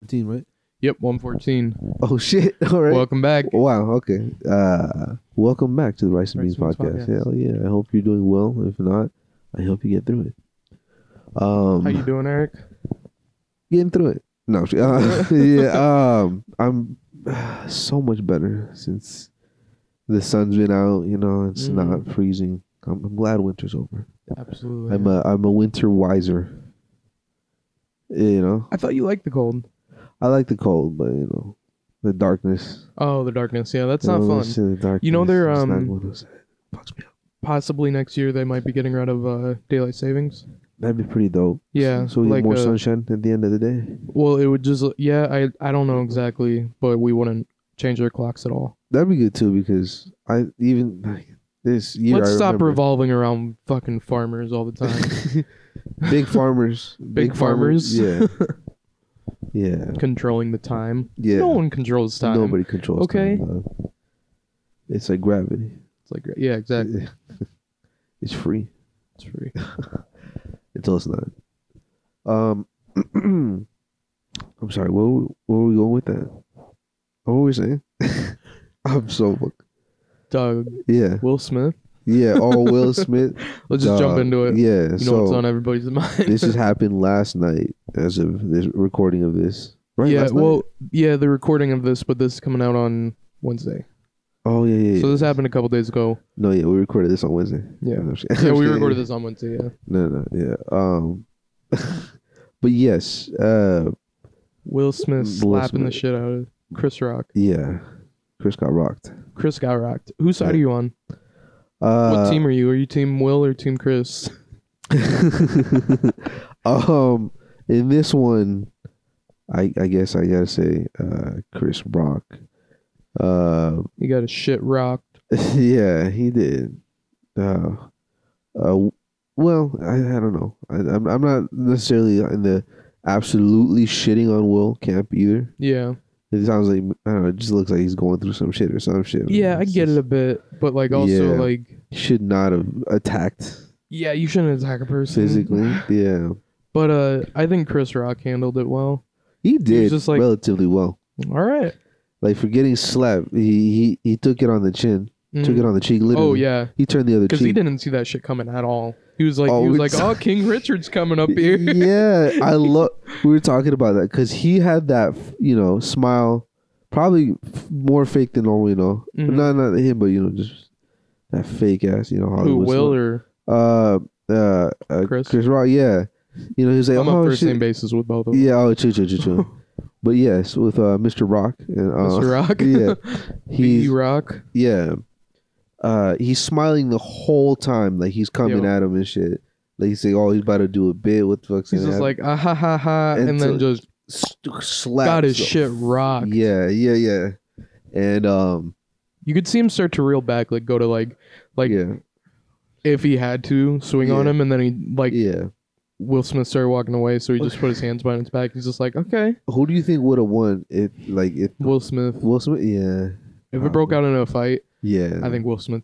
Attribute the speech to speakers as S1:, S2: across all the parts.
S1: 114, right?
S2: Yep, 114.
S1: Oh shit! All right.
S2: Welcome back.
S1: Wow. Okay. Uh, welcome back to the Rice and
S2: Rice
S1: Beans
S2: and
S1: podcast.
S2: Beans podcast.
S1: Hell yeah! I hope you're doing well. If not, I hope you get through it. Um,
S2: How you doing, Eric?
S1: getting through it. No, uh, yeah. Um, I'm so much better since the sun's been out. You know, it's
S2: Mm.
S1: not freezing. I'm, I'm glad winter's over.
S2: Absolutely.
S1: I'm uh, a I'm a winter wiser. You know,
S2: I thought you liked the cold.
S1: I like the cold, but you know, the darkness.
S2: Oh, the darkness. Yeah, that's
S1: You
S2: not
S1: know,
S2: fun.
S1: it's in the
S2: You know, they're,
S1: darkness, it's not
S2: um,
S1: one of those- fucks me up.
S2: Possibly next year they might be getting rid of uh, daylight savings.
S1: That'd be pretty dope.
S2: Yeah,
S1: So we get
S2: like uh,
S1: more
S2: a-
S1: sunshine at the end of the day.
S2: Well, it would just yeah. I I don't know exactly, but we wouldn't change our clocks at all.
S1: That'd be good too because I even like, this year.
S2: Let's
S1: I
S2: stop
S1: remember-
S2: revolving around fucking farmers all the time.
S1: big farmers.
S2: Big farmers.
S1: Yeah. Yeah.
S2: Controlling the time.
S1: Yeah.
S2: No one controls time.
S1: Nobody controls
S2: Okay.
S1: time, dog. It's like gravity.
S2: It's like yeah, exactly.
S1: It's free.
S2: It's free.
S1: Until it's not. Um, I'm sorry. What were- what were we going with that? What were we saying? I'm so fuck-
S2: Doug
S1: yeah
S2: Will Smith.
S1: yeah. Oh, Will Smith.
S2: Let's just jump
S1: Dog.
S2: into it.
S1: Yeah.
S2: You know
S1: so
S2: what's on everybody's mind.
S1: this just happened last night as of this recording of this. Right.
S2: yeah.
S1: last night?
S2: Well, yeah, the recording of this, but this is coming out on Wednesday.
S1: Oh yeah yeah. yeah.
S2: So this happened a couple days ago.
S1: no yeah. We recorded this on Wednesday.
S2: Yeah.
S1: No, I'm just-
S2: Yeah, we recorded this on Wednesday. Yeah.
S1: No no yeah. Um. but yes. Uh.
S2: Will Smith
S1: Will
S2: slapping the
S1: Smith.
S2: shit out of Chris Rock.
S1: Yeah. Chris got rocked.
S2: Chris got rocked. Whose side are you on?
S1: Uh,
S2: what team are you? Are you team Will or team Chris?
S1: um, in this one, I I guess I gotta say, uh, Chris Rock. Uh,
S2: You got a shit rocked.
S1: yeah, he did. Uh, uh, well, I, I don't know. I, I'm I'm not necessarily in the absolutely shitting on Will camp either.
S2: Yeah.
S1: It sounds like I don't know. It just looks like he's going through some shit or some shit.
S2: Yeah, I
S1: It's
S2: get it a
S1: just-
S2: bit, but like also
S1: Yeah.
S2: like
S1: Should not have attacked
S2: yeah, you shouldn't attack a person
S1: physically.
S2: Mm-hmm.
S1: yeah,
S2: But uh, I think Chris Rock handled it well.
S1: he did
S2: just like-
S1: relatively well.
S2: All right.
S1: like for getting slapped, he he, he took it on the chin, took
S2: Mhm.
S1: it on the cheek. Literally,
S2: Oh yeah,
S1: he turned the other cheek.
S2: because he didn't see that shit coming at all. He was like,
S1: Oh,
S2: he was
S1: we-
S2: like, oh, King Richard's coming up here.
S1: yeah, I love. We were talking about that because he had that you know smile, probably f- more fake than normal. You know,
S2: Mhm.
S1: not not him, but you know just that fake ass. You know
S2: Who
S1: Hollywood.
S2: Will or
S1: smile. uh, uh, uh,
S2: Chris?
S1: Chris? Rock. Yeah, you know he was like,
S2: I'm on
S1: oh
S2: first name
S1: shit.
S2: basis with both of them.
S1: Yeah, oh, true, true, true, true. but yes, with uh, Mr. Rock and uh,
S2: Mr. Rock.
S1: yeah,
S2: B
S1: he's
S2: Rock.
S1: Yeah. Uh, he's smiling the whole time, like he's coming
S2: Yeah.
S1: at him and shit. Like he's like, "Oh, he's about to do a bit." What the fuck's
S2: He's
S1: gonna
S2: just like ah ha ha ha, and,
S1: And so-
S2: then just
S1: happen? S- slaps
S2: got his
S1: the-
S2: shit rocked.
S1: Yeah, yeah, yeah. And um,
S2: You could see him start to reel back, like go to like like
S1: yeah,
S2: if he had to swing on
S1: Yeah.
S2: him, and then he like
S1: yeah.
S2: Will Smith started walking away, so he just put his hands behind his back. He's just like, okay,
S1: Who do you think would have won if, like, if
S2: Will Smith.
S1: Will Smith? Yeah,
S2: If it broke out in a fight,
S1: yeah.
S2: I think Will Smith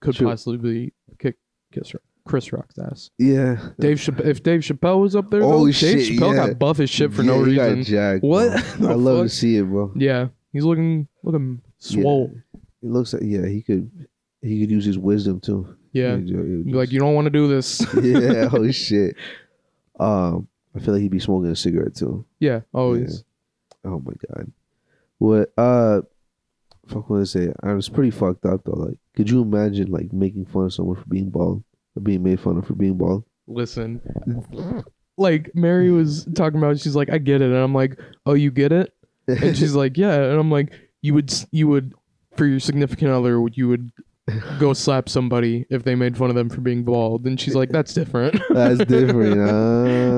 S2: could
S1: True.
S2: possibly kick kiss Chris Rock's ass.
S1: yeah.
S2: Dave Chapp- if Dave Chappelle was up there,
S1: Oh,
S2: though, Dave
S1: shit,
S2: Chappelle
S1: yeah.
S2: got buff as shit for
S1: Yeah,
S2: no
S1: he got
S2: reason.
S1: jacked, bro.
S2: What? The
S1: I love
S2: fuck?
S1: to see it, bro.
S2: Yeah, he's looking looking swole.
S1: It looks like yeah, he could he could use his wisdom too.
S2: Yeah,
S1: He could- he would
S2: Be
S1: just-
S2: like you don't want to do this.
S1: yeah. Oh shit. Um, I feel like he'd be smoking a cigarette too.
S2: yeah, always.
S1: Oh my god. What? Uh, fuck. What I say? I was pretty fucked up though. Like, could you imagine like making fun of someone for being bald or being made fun of for being bald?
S2: Listen, like Mary was talking about, she's like, I get it, and I'm like, oh, you get it, and she's like, yeah, and I'm like, you would you would for your significant other, would- you would go slap somebody if they made fun of them for being bald, and she's like, that's different.
S1: That's different. Uh,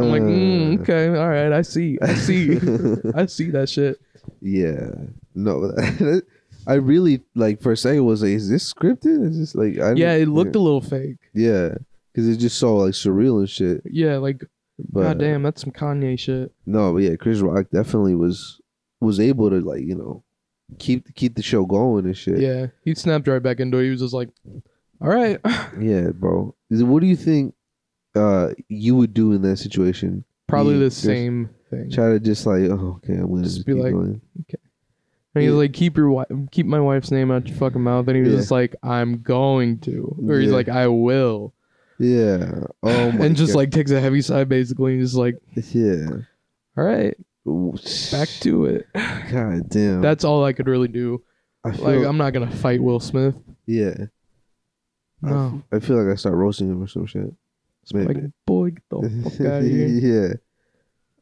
S2: I'm like, mm, okay, all right, I see, I see, I see that shit.
S1: yeah. No. I really like for a second was like, is this scripted? Is this like? I didn't-
S2: Yeah, it looked a little fake.
S1: Yeah. Cause it's just so like surreal and shit.
S2: Yeah, like,
S1: But uh,
S2: god damn, that's some Kanye shit.
S1: No, but yeah, Chris Rock definitely was was able to like you know keep keep the show going and shit.
S2: Yeah, he snapped right back into it. He was just like, all right.
S1: yeah, bro. Is- What do you think uh you would do in that situation?
S2: Probably
S1: Yeah,
S2: the
S1: there's-
S2: same thing.
S1: Try to just like, oh, okay, I'm gonna
S2: Just
S1: just,
S2: be
S1: keep
S2: like-
S1: going.
S2: And he's
S1: Yeah.
S2: like, keep your wi- keep my wife's name out your fucking mouth. And he was
S1: Yeah.
S2: just like, I'm going to, or he's
S1: Yeah.
S2: like, I will,
S1: Yeah. Oh my.
S2: and just
S1: God.
S2: like takes a heavy sigh basically, and he's like,
S1: yeah.
S2: all right, back to it.
S1: God damn.
S2: That's all I could really do.
S1: I feel,
S2: Like, I'm not gonna fight Will Smith.
S1: yeah. I
S2: No,
S1: f- I feel like I start roasting him or some shit. It's maybe.
S2: like, boy, get the fuck out of here.
S1: yeah.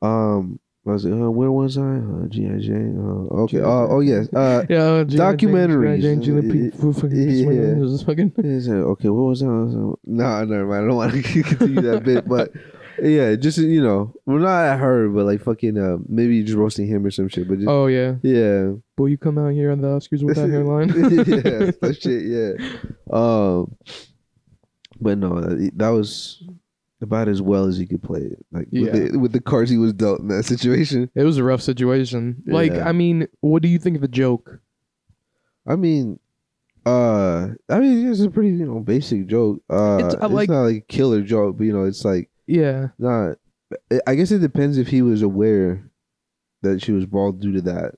S1: Um. I was like, uh, where was I? Uh, G.I. Jane. Uh, okay.
S2: G.I.
S1: Uh, oh, yes. Uh,
S2: Yeah,
S1: Documentaries. Yeah.
S2: Documentary.
S1: is it- okay, what was that? No, never mind. I don't want to continue that bit, but yeah, just, you know, well, not at her, but like fucking, uh, maybe just roasting him or some shit, but just,
S2: Oh yeah,
S1: yeah.
S2: boy, you come out here on the Oscars with that hairline.
S1: yeah, that shit, yeah. Um, but no, that, that was about as well as he could play it. Like
S2: Yeah.
S1: with, the, with the cards he was dealt in that situation.
S2: It was a rough situation. Like,
S1: Yeah.
S2: I mean, what do you think of the joke?
S1: I mean, uh, I mean, it's a pretty you know basic joke. Uh,
S2: It's-
S1: it's,
S2: I like-
S1: not like a killer joke, but you know, it's like
S2: Yeah,
S1: not. I- I guess it depends if he was aware that she was bald due to that.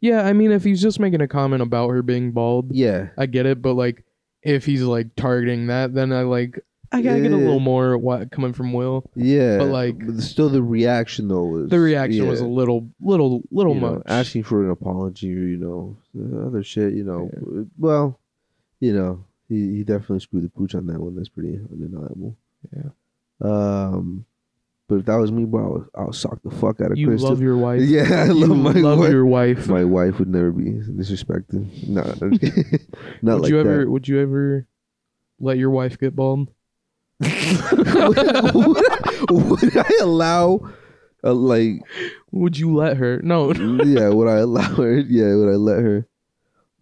S2: yeah. I mean, if he's just making a comment about her being bald,
S1: Yeah,
S2: I get it. But like, if he's like targeting that, then I like, I gotta get a
S1: Yeah.
S2: little more what coming from Will.
S1: yeah.
S2: But, like-
S1: still the reaction though was
S2: The reaction was a
S1: yeah.
S2: little, little, little
S1: you know,
S2: much.
S1: asking for an apology or you know the other shit. You know, well, you know he, he definitely screwed the pooch on that one. That's pretty undeniable.
S2: Yeah.
S1: Um, but if that was me, bro, I would, I would sock the fuck out of
S2: you
S1: Kristen.
S2: love your wife.
S1: yeah, I
S2: you
S1: love my wife.
S2: your wife.
S1: my wife would never be disrespected. No, I'm just kidding. not
S2: would
S1: like
S2: you
S1: that.
S2: ever? Would you ever let your wife get bald?
S1: would, I, would I allow, uh, like,
S2: Would you let her? No.
S1: yeah, would I allow her? Yeah, would I let her?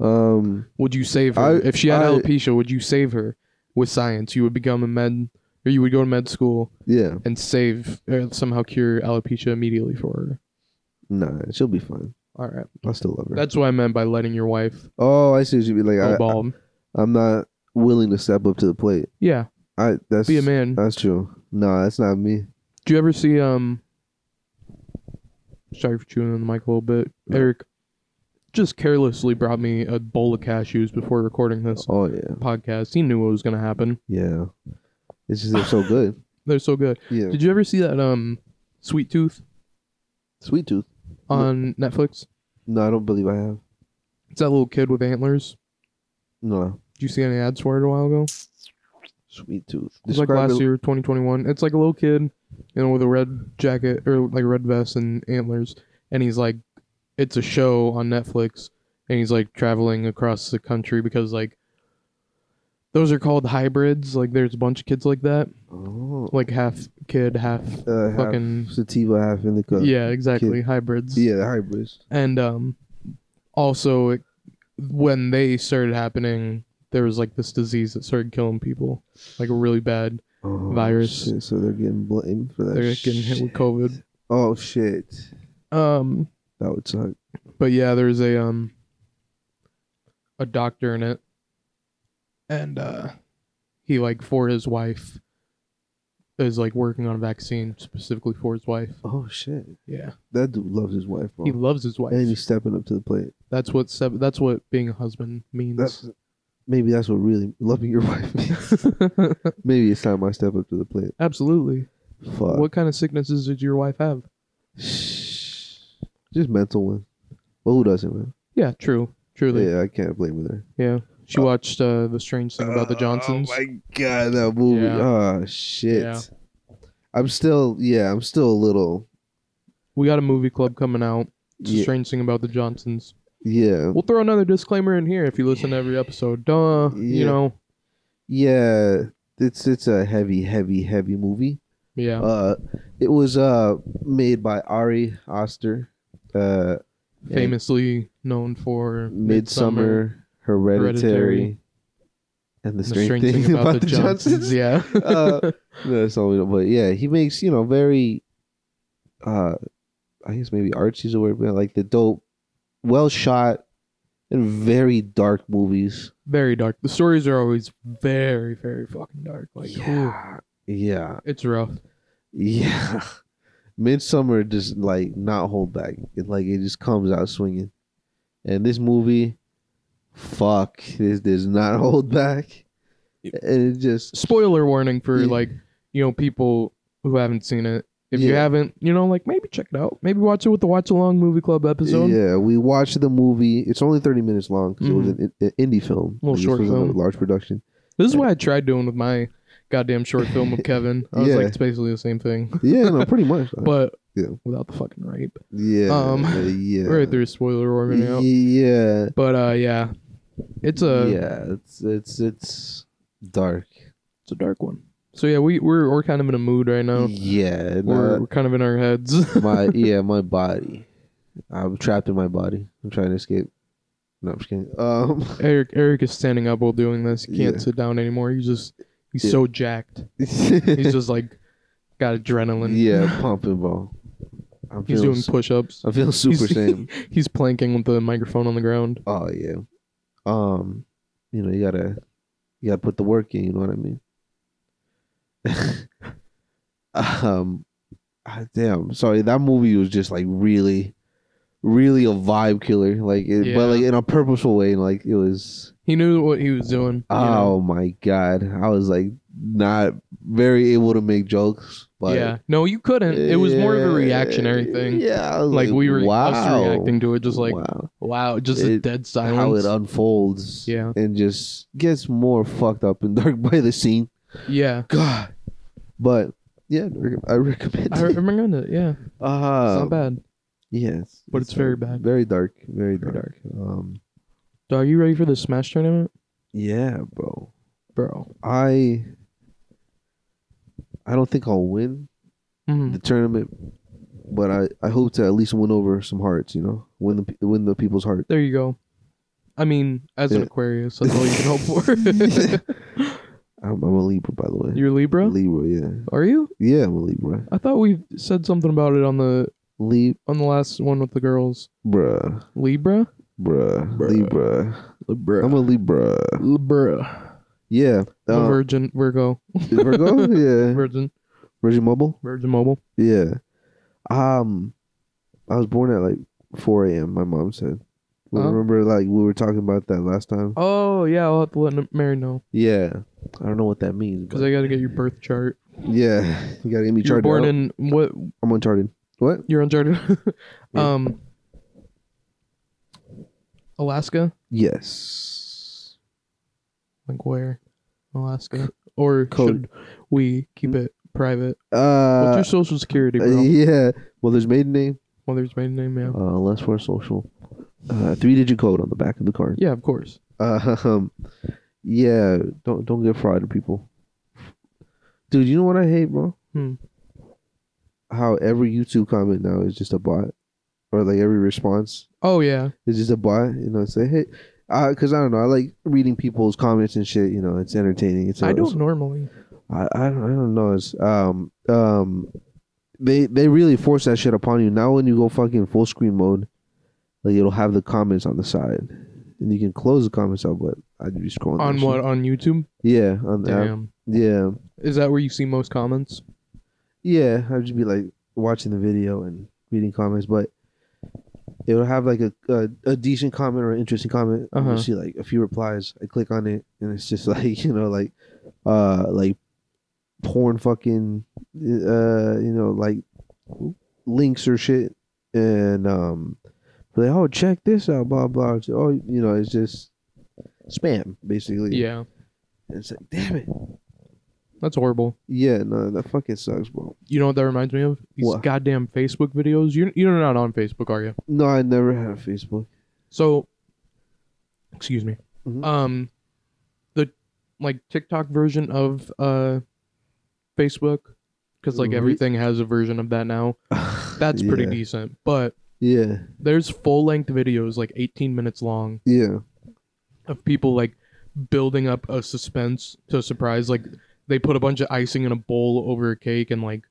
S1: Um,
S2: Would you save her?
S1: I-
S2: if she had
S1: I-
S2: alopecia, would you save her with science? You would become a med, or you would go to med school
S1: yeah.
S2: and save, or somehow cure alopecia immediately for her.
S1: Nah, she'll be fine.
S2: All right,
S1: I still love her.
S2: that's what I meant by letting your wife
S1: oh, I see. She'd be like,
S2: go
S1: I,
S2: bald.
S1: am not willing to step up to the plate.
S2: yeah,
S1: I that's
S2: be a man.
S1: that's true. Nah, that's not me.
S2: Do you ever see um? Sorry for chewing on the mic a little bit,
S1: No.
S2: Eric. Just carelessly brought me a bowl of cashews before recording this
S1: Oh yeah,
S2: podcast. He knew what was gonna happen.
S1: yeah. It's just they're so good.
S2: They're so good.
S1: Yeah,
S2: Did you ever see that um, Sweet Tooth
S1: sweet tooth.
S2: on Netflix?
S1: No, I don't believe I have.
S2: It's that little kid with antlers.
S1: No,
S2: Did you see any ads for it a while ago? It's
S1: sweet tooth.
S2: like last
S1: it-
S2: year, 2021. It's like a little kid, you know, with a red jacket or like a red vest and antlers, and he's like, it's a show on Netflix, and he's like traveling across the country because like. Those are called hybrids. Like, there's a bunch of kids like that,
S1: Oh,
S2: like half kid, half
S1: uh, half
S2: fucking.
S1: sativa, half indica.
S2: Yeah, exactly, hybrids.
S1: yeah, the hybrids.
S2: and um, also it, when they started happening there was like this disease that started killing people like really bad
S1: Oh,
S2: Virus.
S1: shit, So they're getting blamed for that.
S2: they're getting hit with
S1: Oh, shit.
S2: covid
S1: Oh shit,
S2: um
S1: that would suck.
S2: but yeah there's a um a doctor in it and uh he like for his wife is like working on a vaccine specifically for his wife
S1: Oh shit,
S2: yeah
S1: that dude loves his wife, bro.
S2: he loves his wife
S1: and he's stepping up to the plate.
S2: that's what sep- that's what being a husband means
S1: That's maybe that's what really loving your wife means. maybe it's time I step up to the plate.
S2: absolutely
S1: Fuck.
S2: what kind of sicknesses did your wife have
S1: Just mental one. Well, who doesn't, man?
S2: Yeah, true. Truly. Yeah.
S1: Yeah, I can't blame her there.
S2: She watched uh, the strange thing about the Johnsons.
S1: Oh my god, that movie.
S2: Yeah.
S1: Oh shit.
S2: Yeah.
S1: I'm still, yeah, I'm still a little,
S2: we got a movie club coming out. It's a
S1: Yeah.
S2: strange thing about the Johnsons.
S1: yeah,
S2: We'll throw another disclaimer in here if you listen to every episode. Duh. You
S1: Yeah.
S2: know.
S1: yeah. It's it's a heavy, heavy, heavy movie.
S2: Yeah.
S1: Uh, it was uh made by Ari Aster. Uh, and-
S2: Famously known for
S1: Midsummer, Hereditary,
S2: Hereditary,
S1: and the
S2: The
S1: strange, thing, about, the Johnsons.
S2: Yeah.
S1: Uh, no, that's all we know. But yeah, he makes you know very, uh, I guess maybe artsy's a word, but like the dope, well shot, and very dark movies.
S2: very dark. The stories are always very, very fucking dark. Like, ooh,
S1: yeah,
S2: it's rough.
S1: yeah. Midsummer just like not hold back. It like it just comes out swinging. And this movie, fuck, this does not hold back. And it just
S2: Spoiler warning for
S1: Yeah.
S2: like you know people who haven't seen it. If you
S1: Yeah.
S2: haven't, you know, like maybe check it out. Maybe watch it with the Watch Along Movie Club episode.
S1: yeah, we watched the movie. It's only thirty minutes long because it was
S2: Mhm.
S1: an, an indie film.
S2: Little
S1: This
S2: short
S1: wasn't
S2: film.
S1: a large production.
S2: This is what I tried doing with my goddamn short film with Kevin. I was
S1: Yeah.
S2: like, it's basically the same thing,
S1: Yeah, no, pretty much.
S2: but
S1: Yeah.
S2: without the fucking rape.
S1: yeah,
S2: um,
S1: yeah,
S2: Right through spoiler warning out.
S1: yeah,
S2: But uh, yeah, it's a
S1: yeah. It's it's it's dark.
S2: it's a dark one. So yeah, we we're, we're kind of in a mood right now.
S1: Yeah,
S2: We're,
S1: not-
S2: we're kind of in our heads.
S1: my yeah, my body. I'm trapped in my body. I'm trying to escape. No, I'm just kidding. Um,
S2: Eric Eric is standing up while doing this. He can't
S1: Yeah.
S2: sit down anymore. He's just he's
S1: Yeah.
S2: so jacked. He's just like got adrenaline.
S1: yeah, pumping ball. I'm
S2: he's
S1: feeling.
S2: doing
S1: su-
S2: push-ups.
S1: I'm feeling super
S2: he's-
S1: same.
S2: He's planking with the microphone on the ground.
S1: Oh yeah. Um, you know you gotta you gotta put the work in. You know what I mean. um, ah, damn. Sorry, that movie was just like really, really a vibe killer. Like, it,
S2: Yeah.
S1: but like in a purposeful way. Like it was.
S2: He knew what he was doing. you
S1: Oh
S2: know?
S1: my god! I was like not very able to make jokes, but
S2: yeah. No, you couldn't. It was more of a reactionary thing.
S1: Yeah, I was
S2: Like we were
S1: wow,
S2: us reacting to it, just like
S1: wow,
S2: wow, just a
S1: It-
S2: dead
S1: how
S2: silence.
S1: it unfolds,
S2: Yeah.
S1: and just gets more fucked up and dark by the scene.
S2: yeah,
S1: God, but yeah, I recommend.
S2: I
S1: it.
S2: remember it. Yeah, it's
S1: Uh,
S2: not bad.
S1: Yeah, it's,
S2: but it's very bad.
S1: very dark, very
S2: Very
S1: dark. Um,
S2: So are you ready for the Smash tournament,
S1: yeah, bro.
S2: bro?
S1: I I don't think I'll win.
S2: Mm.
S1: the tournament, but I, I hope to at least win over some hearts. You know, win the pe- win the people's heart.
S2: There you go. I mean, as an
S1: Yeah.
S2: Aquarius, that's all you can hope for.
S1: I'm, I'm a Libra, by the way.
S2: You're Libra?
S1: Libra, yeah,
S2: Are you?
S1: yeah, I'm a Libra.
S2: I thought we said something about it on the
S1: Libra,
S2: on the last one with the girls.
S1: bruh,
S2: Libra?
S1: bruh,
S2: Bruh.
S1: Libra.
S2: Libra.
S1: I'm a Libra.
S2: Libra.
S1: Yeah, uh,
S2: Virgin Virgo.
S1: Virgo. Yeah,
S2: Virgin
S1: Virgin Mobile.
S2: Virgin Mobile.
S1: Yeah. Um, I was born at like 4 a.m. My mom said.
S2: Oh.
S1: Remember, like we were talking about that last time.
S2: Oh yeah, I'll have to let N- Mary know
S1: Yeah, I don't know what that means.
S2: because
S1: but-
S2: I got to get your birth chart.
S1: yeah, you gotta get me
S2: You're
S1: charted.
S2: born
S1: out.
S2: in what?
S1: I'm uncharted. What?
S2: You're uncharted.
S1: Yeah.
S2: um, Alaska.
S1: Yes.
S2: Like where? Alaska. Or
S1: Code.
S2: should we keep it private? What's
S1: Uh,
S2: your social security,
S1: uh,
S2: bro?
S1: yeah. Well, there's maiden name,
S2: Mother's maiden name, yeah.
S1: uh, unless we're social. Uh, three digit code on the back of the card.
S2: Yeah, of course.
S1: Uh, um, yeah. Don't don't get fraud, people. Dude, you know what I hate, bro?
S2: Hmm.
S1: How every YouTube comment now is just a bot, or like every response
S2: Oh yeah.
S1: is just a bot. You know, say hey, because I don't know. I like reading people's comments and shit. You know, it's entertaining. It's
S2: I
S1: it's-
S2: don't normally.
S1: I, I don't I don't know. It's um um they they really force that shit upon you. Now when you go fucking full screen mode, like it'll have the comments on the side. And you can close the comments out, but I'd be scrolling.
S2: On
S1: that
S2: what?
S1: shit.
S2: On YouTube?
S1: Yeah, on the app.
S2: Damn.
S1: Yeah.
S2: Is that where you see most comments?
S1: Yeah. I'd just be like watching the video and reading comments, but it'll have like a a, a decent comment or an interesting comment. and
S2: Uh-huh.
S1: You see like a few replies. I click on it and it's just like, you know, like uh like porn fucking uh you know like links or shit and um like oh check this out blah blah It's, oh you know it's just spam basically
S2: Yeah.
S1: and it's like damn it
S2: That's horrible.
S1: yeah no that fucking sucks bro
S2: You know what that reminds me of? These
S1: What?
S2: goddamn Facebook videos. You you're not on Facebook, are you?
S1: no I never had a Facebook
S2: So, excuse me.
S1: Mhm.
S2: Um, the like TikTok version of uh, Facebook, because like
S1: Re-
S2: everything has a version of that now. That's pretty
S1: Mm-hmm. Yeah.
S2: decent, but
S1: yeah
S2: there's full length videos like 18 minutes long
S1: yeah
S2: of people like building up a suspense to a surprise. Like they put a bunch of icing in a bowl over a cake and like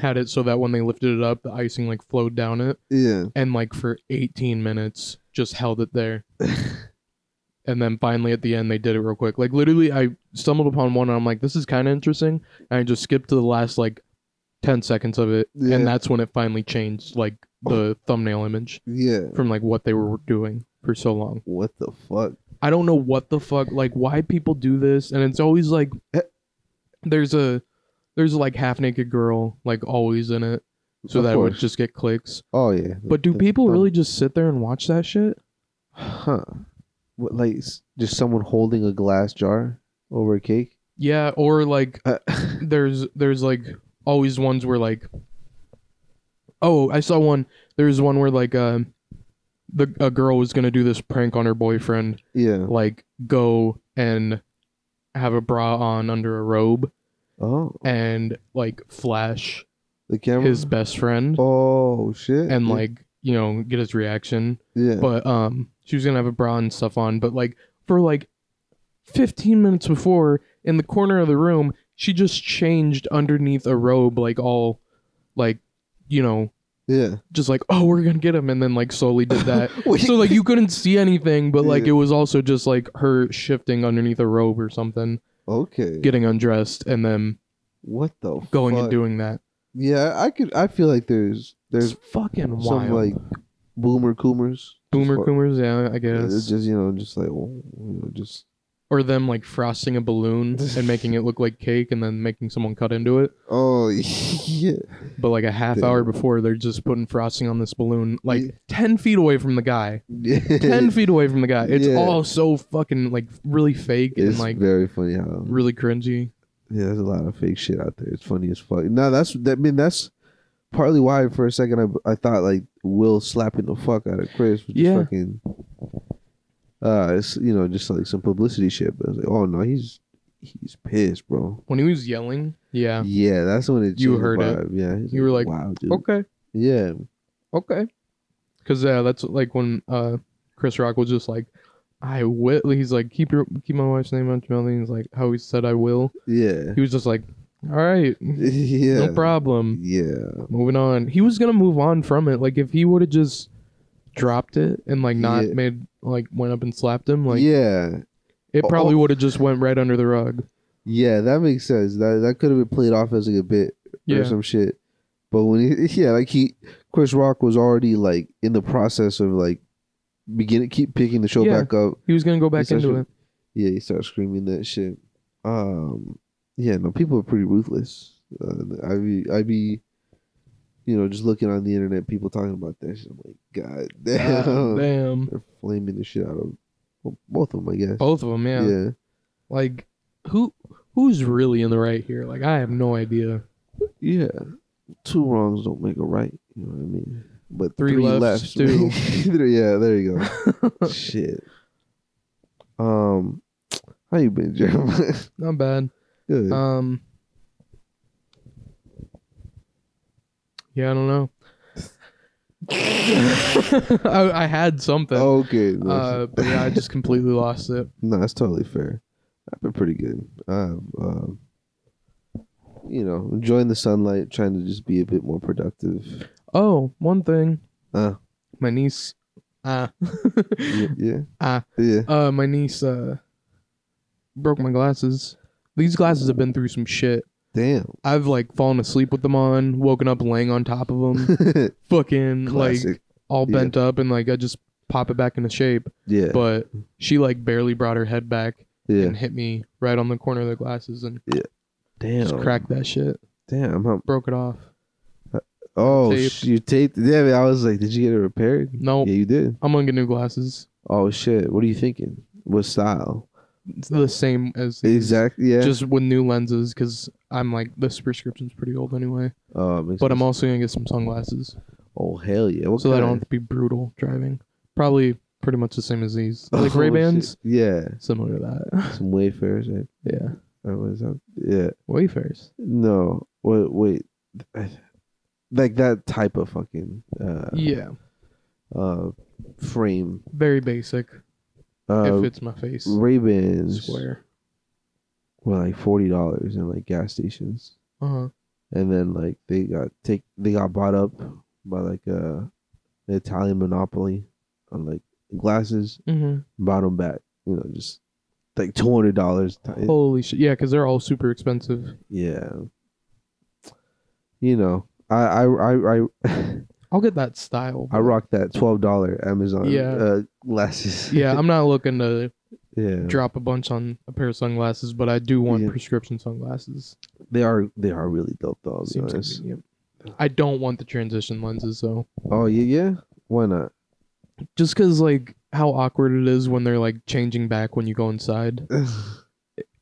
S2: had it so that when they lifted it up, the icing like flowed down it.
S1: yeah
S2: and like for 18 minutes just held it there and then finally at the end they did it real quick like literally i stumbled upon one and i'm like this is kind of interesting and i just skipped to the last like 10 seconds of it
S1: Yeah.
S2: and that's when it finally changed like the thumbnail image
S1: Yeah.
S2: from like what they were doing for so long
S1: What the fuck?
S2: i don't know what the fuck like why people do this and it's always like
S1: Eh.
S2: there's a there's like half naked girl like always in it so
S1: Of
S2: that would
S1: course.
S2: just get clicks
S1: Oh yeah.
S2: but do
S1: The
S2: people
S1: thumb-
S2: really just sit there and watch that shit
S1: Huh. What, like s- just someone holding a glass jar over a cake?
S2: yeah or like
S1: Uh,
S2: there's there's like always ones where like oh i saw one there's one where like um the a girl was gonna do this prank on her boyfriend
S1: yeah.
S2: like go and have a bra on under a robe
S1: Oh,
S2: and like flash
S1: the camera.
S2: his best friend
S1: oh shit.
S2: and
S1: Yeah.
S2: like you know get his reaction
S1: yeah.
S2: but um she was gonna have a bra and stuff on but like for like 15 minutes before in the corner of the room she just changed underneath a robe like all like you know
S1: yeah.
S2: just like oh we're gonna get him and then like slowly did that
S1: Wait.
S2: so like you couldn't see anything but like
S1: Yeah.
S2: it was also just like her shifting underneath a robe or something
S1: okay.
S2: getting undressed and then
S1: what the
S2: going
S1: fuck?
S2: and doing that
S1: Yeah, I could. I feel like there's
S2: it's
S1: there's
S2: fucking wild
S1: some like boomer coomers.
S2: boomer
S1: Or-
S2: coomers yeah i
S1: Yeah,
S2: guess
S1: it's just you know, just like oh, you know, just
S2: or them like frosting a balloon and making it look like cake and then making someone cut into it
S1: oh yeah,
S2: But like a half
S1: Yeah.
S2: hour before, they're just putting frosting on this balloon, like
S1: Yeah.
S2: ten feet away from the guy. Ten feet away from the guy. It's
S1: Yeah.
S2: all so fucking like really fake
S1: It's
S2: and like
S1: very funny how
S2: really cringy.
S1: yeah, there's a lot of fake shit out there. It's funny as fuck. No, that's that. I mean, that's partly why for a second I I thought like Will slapping the fuck out of Chris was just
S2: Yeah.
S1: fucking. Uh, it's you know just like some publicity shit, but I was like, oh no, he's he's pissed, bro.
S2: When he was yelling, yeah,
S1: Yeah, that's when it.
S2: You
S1: changed the
S2: heard it.
S1: vibe. Yeah, he's
S2: You were like, "Oh."
S1: wow, dude.
S2: okay,
S1: Yeah,
S2: okay, because uh, that's like when uh, Chris Rock was just like, I will. He's like, keep your keep my wife's name out your mouth. And He's like, how he said I will.
S1: yeah,
S2: He was just like, all right,
S1: yeah,
S2: no problem.
S1: Yeah,
S2: moving on. He was gonna move on from it. Like if he would have just dropped it and like not
S1: Yeah.
S2: made like went up and slapped him, like
S1: yeah,
S2: it probably
S1: Oh.
S2: would have just went right under the rug.
S1: yeah. That makes sense. That that could have been played off as like a bit or
S2: Yeah,
S1: some shit. But when he, yeah, like he, Chris Rock was already like in the process of like beginning, keep picking the show
S2: Yeah.
S1: back up.
S2: he was gonna go back
S1: He starts
S2: into
S1: with-
S2: it.
S1: Yeah, he starts screaming that shit. Um, yeah, no, people are pretty ruthless. Uh, I be, I be, you know, just looking on the internet, people talking about that shit. I'm like, god damn,
S2: God Ah, damn,
S1: they're flaming the shit out of well, both of them, I guess.
S2: both of them. Yeah.
S1: yeah.
S2: like who who's really in the right here? Like I have no idea.
S1: Yeah. Two wrongs don't make a right. You know what I mean? But
S2: Three
S1: three, lefts,
S2: lefts, two.
S1: Three- yeah, there you go. Shit. Um, how you been, Jeremiah?
S2: Not bad.
S1: Good.
S2: Um. Yeah, I don't know. I, I had something.
S1: Oh, okay. No,
S2: Uh, but yeah, I just completely lost it.
S1: no, that's totally fair. I've been pretty good. I've, um, you know, enjoying the sunlight, trying to just be a bit more productive.
S2: Oh, one thing.
S1: Uh.
S2: My niece. Uh,
S1: Yeah. Yeah.
S2: Ah.
S1: yeah.
S2: uh, my niece uh, broke my glasses. These glasses have been through some shit.
S1: Damn.
S2: I've like fallen asleep with them on, woken up laying on top of them, fucking like
S1: Classic.
S2: all
S1: Yeah.
S2: bent up, and like I just pop it back into shape.
S1: yeah.
S2: But she like barely brought her head back
S1: yeah.
S2: and hit me right on the corner of the glasses and just
S1: Damn.
S2: cracked that shit,
S1: Damn. How,
S2: broke it off.
S1: Oh,
S2: Tape.
S1: sh you taped. Yeah, man, I was like, did you get it repaired?
S2: Nope.
S1: Yeah, you did.
S2: I'm gonna get new glasses.
S1: Oh shit, what are you thinking? What style?
S2: It's the same as these.
S1: Exactly. Yeah.
S2: just with new lenses because I'm like this prescription's pretty old anyway.
S1: oh, makes
S2: But I'm
S1: sense.
S2: also gonna get some sunglasses
S1: Oh hell yeah! What
S2: so that I
S1: kind?
S2: don't have to be brutal driving. Probably pretty much the same as these, like
S1: Oh,
S2: Ray Bans,
S1: shit. Yeah.
S2: similar to that.
S1: Some Wayfarers. Right?
S2: yeah,
S1: Or what is that? Yeah.
S2: Wayfarers.
S1: No. Wait. Wait. I- Like that type of fucking uh,
S2: Yeah,
S1: uh frame.
S2: very basic.
S1: Uh,
S2: if it's my face,
S1: Ray Bans
S2: square.
S1: were like forty dollars in like gas stations.
S2: Uh huh.
S1: and then like they got take they got bought up by like uh the Italian monopoly on like glasses,
S2: Mm-hmm.
S1: bought them back, you know, just like two hundred dollars.
S2: Oh. Holy shit! Yeah, because they're all super expensive.
S1: Yeah, you know, I I I I,
S2: I'll get that style.
S1: I rock that twelve dollar Amazon
S2: Yeah.
S1: uh, glasses.
S2: yeah, I'm not looking to
S1: yeah.
S2: drop a bunch on a pair of sunglasses, but I do want
S1: Yeah.
S2: prescription sunglasses.
S1: They are they are really dope though. I'll be
S2: Seems
S1: honest.
S2: convenient. I don't want the transition lenses though,
S1: Oh yeah, yeah. Why not?
S2: just because like how awkward it is when they're like changing back when you go inside.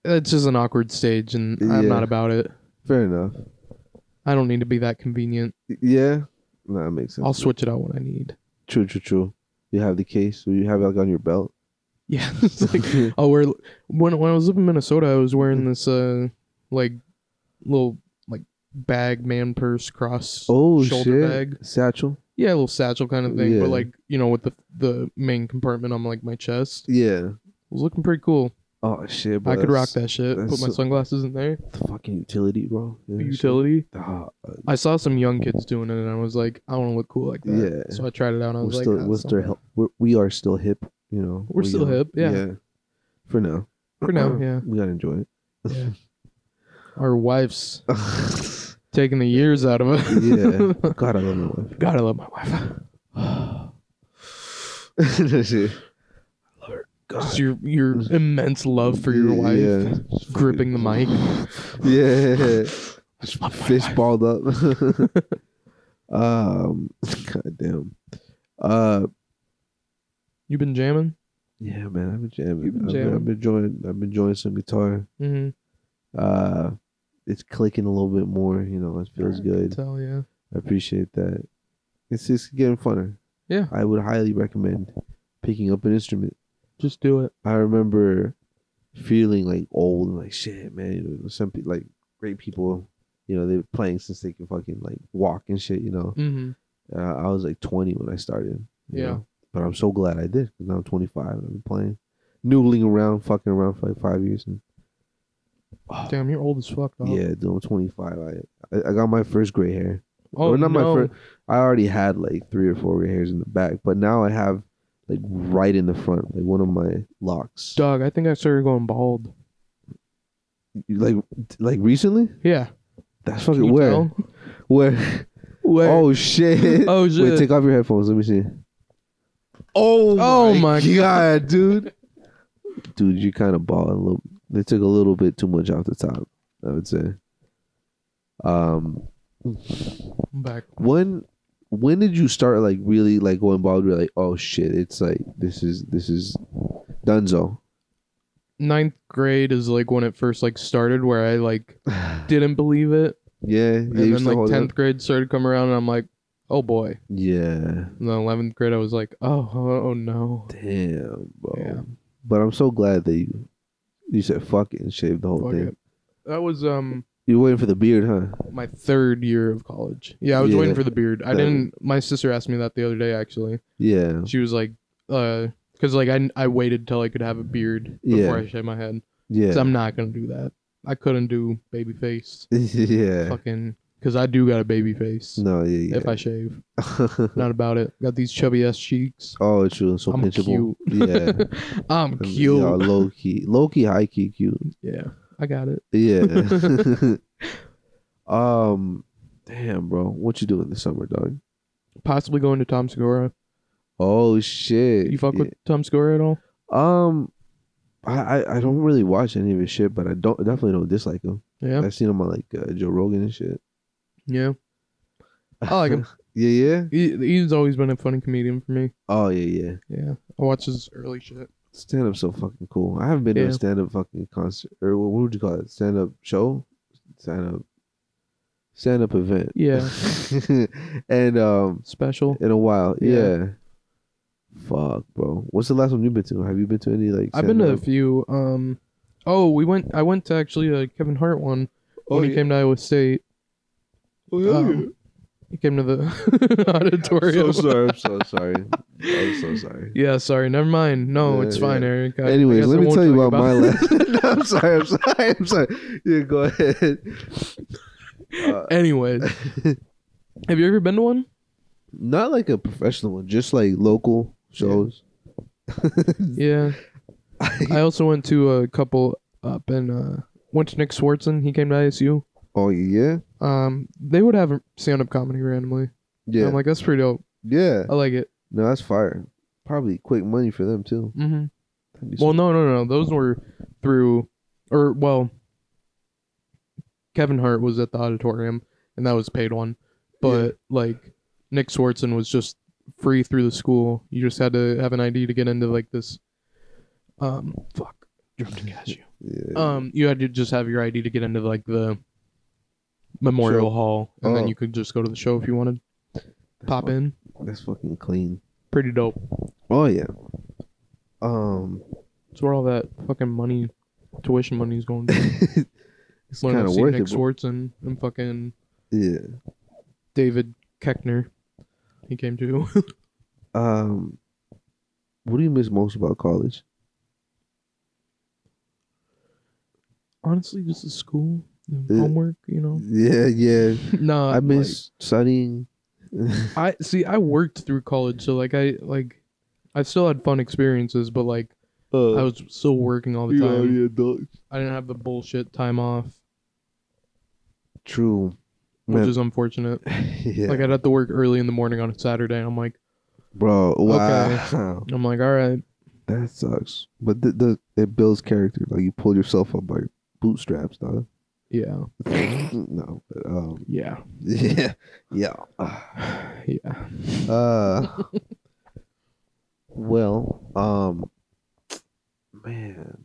S2: It's just an awkward stage, and I'm
S1: Yeah.
S2: not about it.
S1: Fair enough.
S2: I don't need to be that convenient.
S1: Yeah, no, that makes sense.
S2: I'll switch it out when I need.
S1: True, true, true. You have the case, so you have it like on your belt.
S2: Yeah, it's like I'll wear when when I was living in Minnesota, I was
S1: Mm.
S2: wearing this uh like little like bag man purse cross
S1: oh
S2: shoulder
S1: shit!
S2: bag.
S1: Satchel.
S2: Yeah, a little satchel kind of thing,
S1: Yeah.
S2: but like you know with the the main compartment on like my chest.
S1: Yeah.
S2: It was looking pretty cool.
S1: Oh shit! Bro,
S2: I could rock
S1: that's-
S2: that shit. Put
S1: that's
S2: my
S1: so-
S2: sunglasses in there.
S1: The fucking utility, bro. Yeah,
S2: The
S1: shit.
S2: utility.
S1: Ah,
S2: I saw some young kids doing it, and I was like, I want to look cool like that.
S1: Yeah.
S2: So I tried it out. And I
S1: we're
S2: was like, "Ah,
S1: still,
S2: "That's
S1: we're still
S2: something."
S1: hip. We're, we are still hip. You know,
S2: We're still
S1: young.
S2: hip, yeah.
S1: For now.
S2: For now, yeah.
S1: We gotta enjoy it.
S2: Yeah. Our wives taking the years out of us.
S1: yeah. God, I love my wife.
S2: Gotta love my wife.
S1: That's it.
S2: Just your your immense love for your wife,
S1: Yeah.
S2: gripping the mic.
S1: Yeah.
S2: Just love my
S1: Fist
S2: wife.
S1: balled up. um, God damn. Uh,
S2: You been jamming?
S1: yeah, man. I've been jamming.
S2: You've been
S1: I've I've
S2: jamming.
S1: been enjoying. I've been enjoying some guitar.
S2: Mm-hmm.
S1: Uh, it's clicking a little bit more. You know, it feels good.
S2: Tell yeah.
S1: I appreciate that. It's just getting funner.
S2: Yeah.
S1: I would highly recommend picking up an instrument.
S2: Just do it.
S1: I remember feeling like old and like shit, man. You know, some people like great people, you know, they're playing since they can fucking like walk and shit. You know,
S2: Mm-hmm.
S1: uh, I was like 20 when I started. you
S2: Yeah.
S1: know? but I'm so glad I did 'cause now I'm 25 and I've been playing, noodling around, fucking around for like five years and. Oh,
S2: Damn, you're old as fuck. Dog.
S1: Yeah, dude, I'm 25. I I- I got my first gray hair.
S2: Oh
S1: Or not my
S2: no.
S1: fir- I already had like three or four gray hairs in the back, but now I have like right in the front, like one of my locks.
S2: Dog, I think I started going bald.
S1: You- Like like recently?
S2: Yeah.
S1: That's
S2: Can
S1: fucking
S2: you
S1: where?
S2: tell?
S1: Where?
S2: Where?
S1: Oh shit.
S2: Oh, shit.
S1: Wait, take off your headphones. Let me see. Oh,
S2: Oh, my my
S1: god, dude. Dude, you kind of balled a little. They took a little bit too much off the top, I would say. Um,
S2: I'm back.
S1: when when did you start like really like going bald? You're like, oh shit, it's like this is this is Dunzo.
S2: Ninth grade is like when it first like started, where I like didn't believe it,
S1: Yeah,
S2: and
S1: yeah, you
S2: then
S1: still
S2: like
S1: hold it up.
S2: tenth grade started coming around, and I'm like, oh boy.
S1: Yeah,
S2: And then eleventh grade, I was like, oh, oh, oh no.
S1: damn, bro.
S2: Yeah.
S1: But I'm so glad that you you said fuck it and shaved the whole
S2: Fuck
S1: thing.
S2: it. That was um
S1: You were waiting for the beard, huh?
S2: my third year of college. Yeah, I was
S1: Yeah,
S2: waiting for the beard. I
S1: that-
S2: didn't. My sister asked me that the other day. Actually,
S1: Yeah,
S2: she was like, uh, because like I I waited till I could have a beard before
S1: Yeah.
S2: I shaved my head.
S1: yeah,
S2: Cause I'm not gonna do that. I couldn't do baby face.
S1: yeah.
S2: Fucking, cause I do got a baby face.
S1: No, yeah,
S2: If I shave,
S1: yeah.
S2: not about it. Got these chubby ass cheeks.
S1: oh, true. So
S2: I'm
S1: pinchable. Yeah,
S2: I'm
S1: Um,
S2: cute.
S1: yeah, low key, low key, high key, cute.
S2: Yeah, I got it.
S1: Yeah. um, damn, bro, what you doing this summer, dog?
S2: Possibly going to Tom Segura.
S1: Oh shit!
S2: You fuck with Tom Segura at all?
S1: Um, I, I I don't really watch any of his shit, but I don't definitely don't dislike him.
S2: Yeah,
S1: I've seen him on like uh, Joe Rogan and shit.
S2: yeah. I like him.
S1: yeah, yeah.
S2: He, he's always been a funny comedian for me.
S1: Oh yeah, yeah.
S2: Yeah, I watch his early shit.
S1: Stand up's so fucking cool. I haven't been to
S2: Yeah.
S1: a stand up fucking concert or what what would you call it? Stand up show, stand up, stand up event.
S2: Yeah.
S1: and um,
S2: Special.
S1: in a while, yeah.
S2: Yeah.
S1: Fuck, bro. What's the last one you've been to? Have you been to any like?
S2: I've been to a
S1: stand-up?
S2: few. Um, oh, we went. I went to actually a Kevin Hart one
S1: Oh,
S2: when he came to Iowa State. Um, he came to the
S1: I'm
S2: auditorium.
S1: so sorry. I'm so sorry. I'm so sorry.
S2: Yeah, sorry. Never mind. No,
S1: Yeah,
S2: it's fine,
S1: yeah.
S2: Eric. I- I
S1: Anyways,
S2: guess
S1: let
S2: I
S1: me
S2: won't
S1: tell you
S2: talk
S1: about, my last. no, I'm sorry. I'm sorry. I'm sorry. Yeah, go ahead. Uh,
S2: Anyways, have you ever been to one?
S1: not like a professional one, just like local shows.
S2: Yeah. I also went to a couple up in uh, went to Nick Swartzen. He came to ISU.
S1: Oh yeah,
S2: Um, they would have stand up comedy randomly. And
S1: yeah,
S2: I'm like, that's pretty dope.
S1: yeah.
S2: I like it.
S1: No, that's fire. Probably quick money for them too.
S2: Mm-hmm.
S1: That'd be
S2: Well, no, no, no. Those were through, or well, Kevin Hart was at the auditorium, and that was a paid one. But like Nick Swartzen was just free through the school. You just had to have an ID to get into like this. Um, fuck, dropped a gas, you.
S1: Yeah.
S2: Um, you had to just have your ID to get into like the memorial
S1: Show.
S2: hall, and
S1: Oh.
S2: then you could just go to the show if you wanted. Pop in,
S1: That's fucking clean.
S2: pretty dope.
S1: Oh yeah. Um,
S2: That's where all that fucking money, tuition money is going. to.
S1: it's
S2: when
S1: kind
S2: I've
S1: of
S2: seen
S1: worth
S2: Nick
S1: it. but-
S2: Swartzen and fucking
S1: Yeah.
S2: David Keckner. He came too.
S1: Um, what do you miss most about college?
S2: Honestly, just the school, the
S1: Yeah.
S2: homework, you know.
S1: Yeah, yeah.
S2: Nah,
S1: I miss studying. Uh,
S2: like, I see. I worked through college, so like I like, I still had fun experiences, but like I
S1: Uh,
S2: was still working all the
S1: you know,
S2: time.
S1: yeah, dog.
S2: I didn't have the bullshit time off,
S1: True.
S2: which
S1: Man,
S2: is unfortunate.
S1: yeah.
S2: Like I'd have to work early in the morning on a Saturday, and I'm like,
S1: Bro, wow.
S2: I'm like, all right,
S1: That sucks. But the, the it builds character. Like you pull yourself up by your bootstraps, dog.
S2: yeah,
S1: no, but um,
S2: yeah,
S1: yeah, yeah.
S2: yeah.
S1: Uh, well, um, man,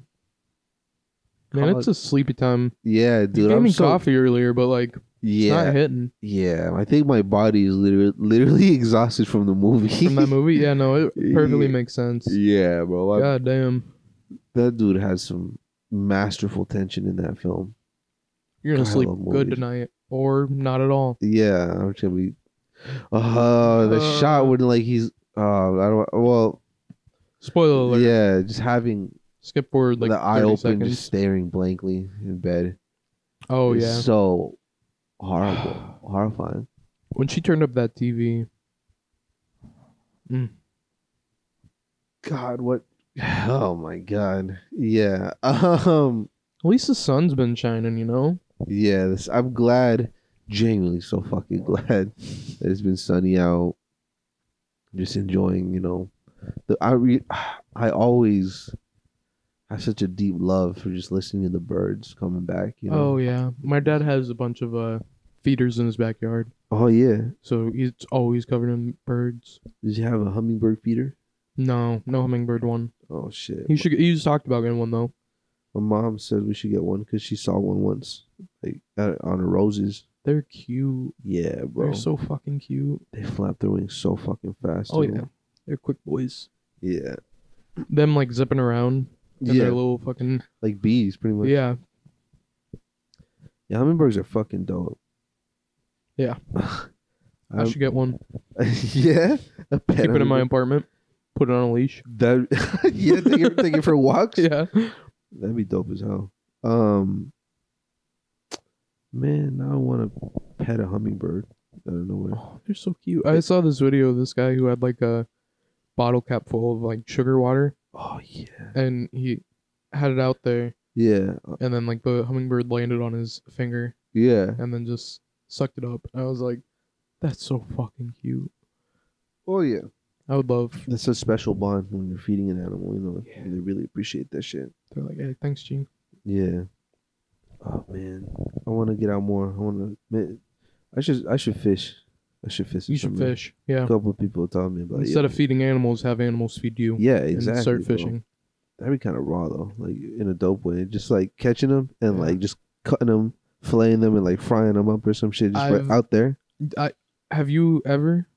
S2: Man,
S1: College-
S2: it's a sleepy time.
S1: yeah,
S2: you
S1: dude.
S2: gave
S1: I'm
S2: me
S1: so
S2: coffee earlier, but like, it's
S1: yeah,
S2: not hitting.
S1: yeah. I think my body is literally literally exhausted from the movie.
S2: from that movie. Yeah, no, it perfectly
S1: Yeah.
S2: makes sense.
S1: yeah, bro. I-
S2: God damn,
S1: That dude has some masterful tension in that film.
S2: you're gonna
S1: God, I
S2: sleep
S1: love
S2: good
S1: movies.
S2: tonight, or not at all.
S1: Yeah, I'm just gonna be. Uh, the shot
S2: Uh.
S1: when like he's. Uh, I don't. Well,
S2: Spoiler alert.
S1: yeah, just having
S2: Skip forward Oh, like
S1: the eye
S2: 30
S1: open,
S2: seconds.
S1: just staring blankly in bed.
S2: oh
S1: is
S2: yeah,
S1: so horrible, horrifying.
S2: when she turned up that TV.
S1: God, what? Oh my God. Yeah. Um.
S2: At least the sun's been shining, you know.
S1: Yeah. This. I'm glad. Genuinely, so fucking glad that it's been sunny out. Just enjoying, you know. The I re, I always have such a deep love for just listening to the birds coming back. You
S2: Oh
S1: know.
S2: yeah, my dad has a bunch of uh feeders in his backyard,
S1: Oh yeah.
S2: so he's always covered in birds.
S1: Did you have a hummingbird feeder?
S2: No, no hummingbird one.
S1: Oh shit.
S2: He should. He just talked about getting one though.
S1: My mom said we should get one because she saw one once, like at- on her roses.
S2: They're cute.
S1: Yeah, bro.
S2: They're so fucking cute.
S1: they flap their wings so fucking fast.
S2: Oh
S1: too.
S2: yeah, they're quick boys.
S1: yeah,
S2: Them like zipping around in
S1: yeah.
S2: their little fucking
S1: Like bees, pretty much.
S2: yeah.
S1: yeah. Hummingbirds are fucking dope.
S2: Yeah. I
S1: Um,
S2: should get one.
S1: yeah, a pet
S2: Keep it in my
S1: hummingbird.
S2: apartment. Put it on a leash.
S1: That yeah, take it, take it for walks.
S2: Yeah.
S1: That'd be dope as hell. Um, man, now I want to pet a hummingbird. I don't know where.
S2: Oh, they're so cute. I saw this video of this guy who had like a bottle cap full of like sugar water
S1: Oh yeah,
S2: and he had it out there
S1: yeah,
S2: and then like the hummingbird landed on his finger
S1: yeah.
S2: and then just sucked it up. I was like, that's so fucking cute.
S1: Oh yeah.
S2: I would love
S1: That's a special bond when you're feeding an animal. You know, they really appreciate that shit.
S2: they're like, hey, thanks, G.
S1: Yeah. Oh man, I want to get out more. I want to. I should. I should fish. I should fish.
S2: You should
S1: something.
S2: fish. Yeah.
S1: A couple of people told me about it.
S2: Instead of feeding animals, have animals feed you.
S1: yeah,
S2: And
S1: exactly.
S2: start
S1: bro.
S2: fishing.
S1: That'd be kind of raw though, like in a dope way. Just like catching them and like just cutting them, filleting them, and like frying them up or some shit just
S2: I've-
S1: right out there.
S2: I have you ever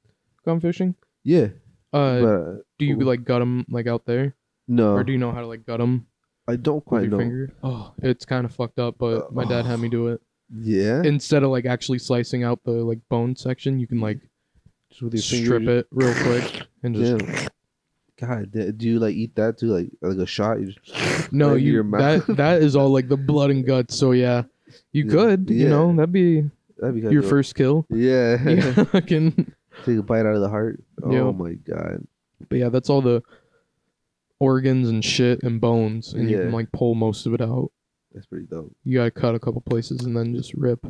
S2: gone fishing?
S1: Yeah,
S2: Uh,
S1: but uh,
S2: do you
S1: ooh.
S2: like gut them like out there,
S1: no,
S2: or do you know how to like gut them
S1: I don't
S2: with
S1: quite
S2: your
S1: know.
S2: finger? Oh, it's kind of fucked up, but
S1: Uh,
S2: my dad had me do it.
S1: Yeah,
S2: Instead of like actually slicing out the like bone section, you can like
S1: just with
S2: strip it real quick and just
S1: Damn. God, da- do you like eat that too? Like like a shot? You just
S2: no,
S1: right into
S2: you
S1: your mouth.
S2: that that is all like the blood and guts. So yeah, you
S1: Yeah.
S2: could, you
S1: Yeah.
S2: know, that'd be
S1: That'd be kinda
S2: your
S1: dope.
S2: first kill.
S1: Yeah.
S2: Yeah, I can-
S1: Take a bite out of the heart. Oh
S2: Yeah.
S1: my god.
S2: but yeah, that's all the organs and shit and bones, and you
S1: Yeah.
S2: can like pull most of it out.
S1: That's pretty dope.
S2: You gotta cut a couple places and then just rip.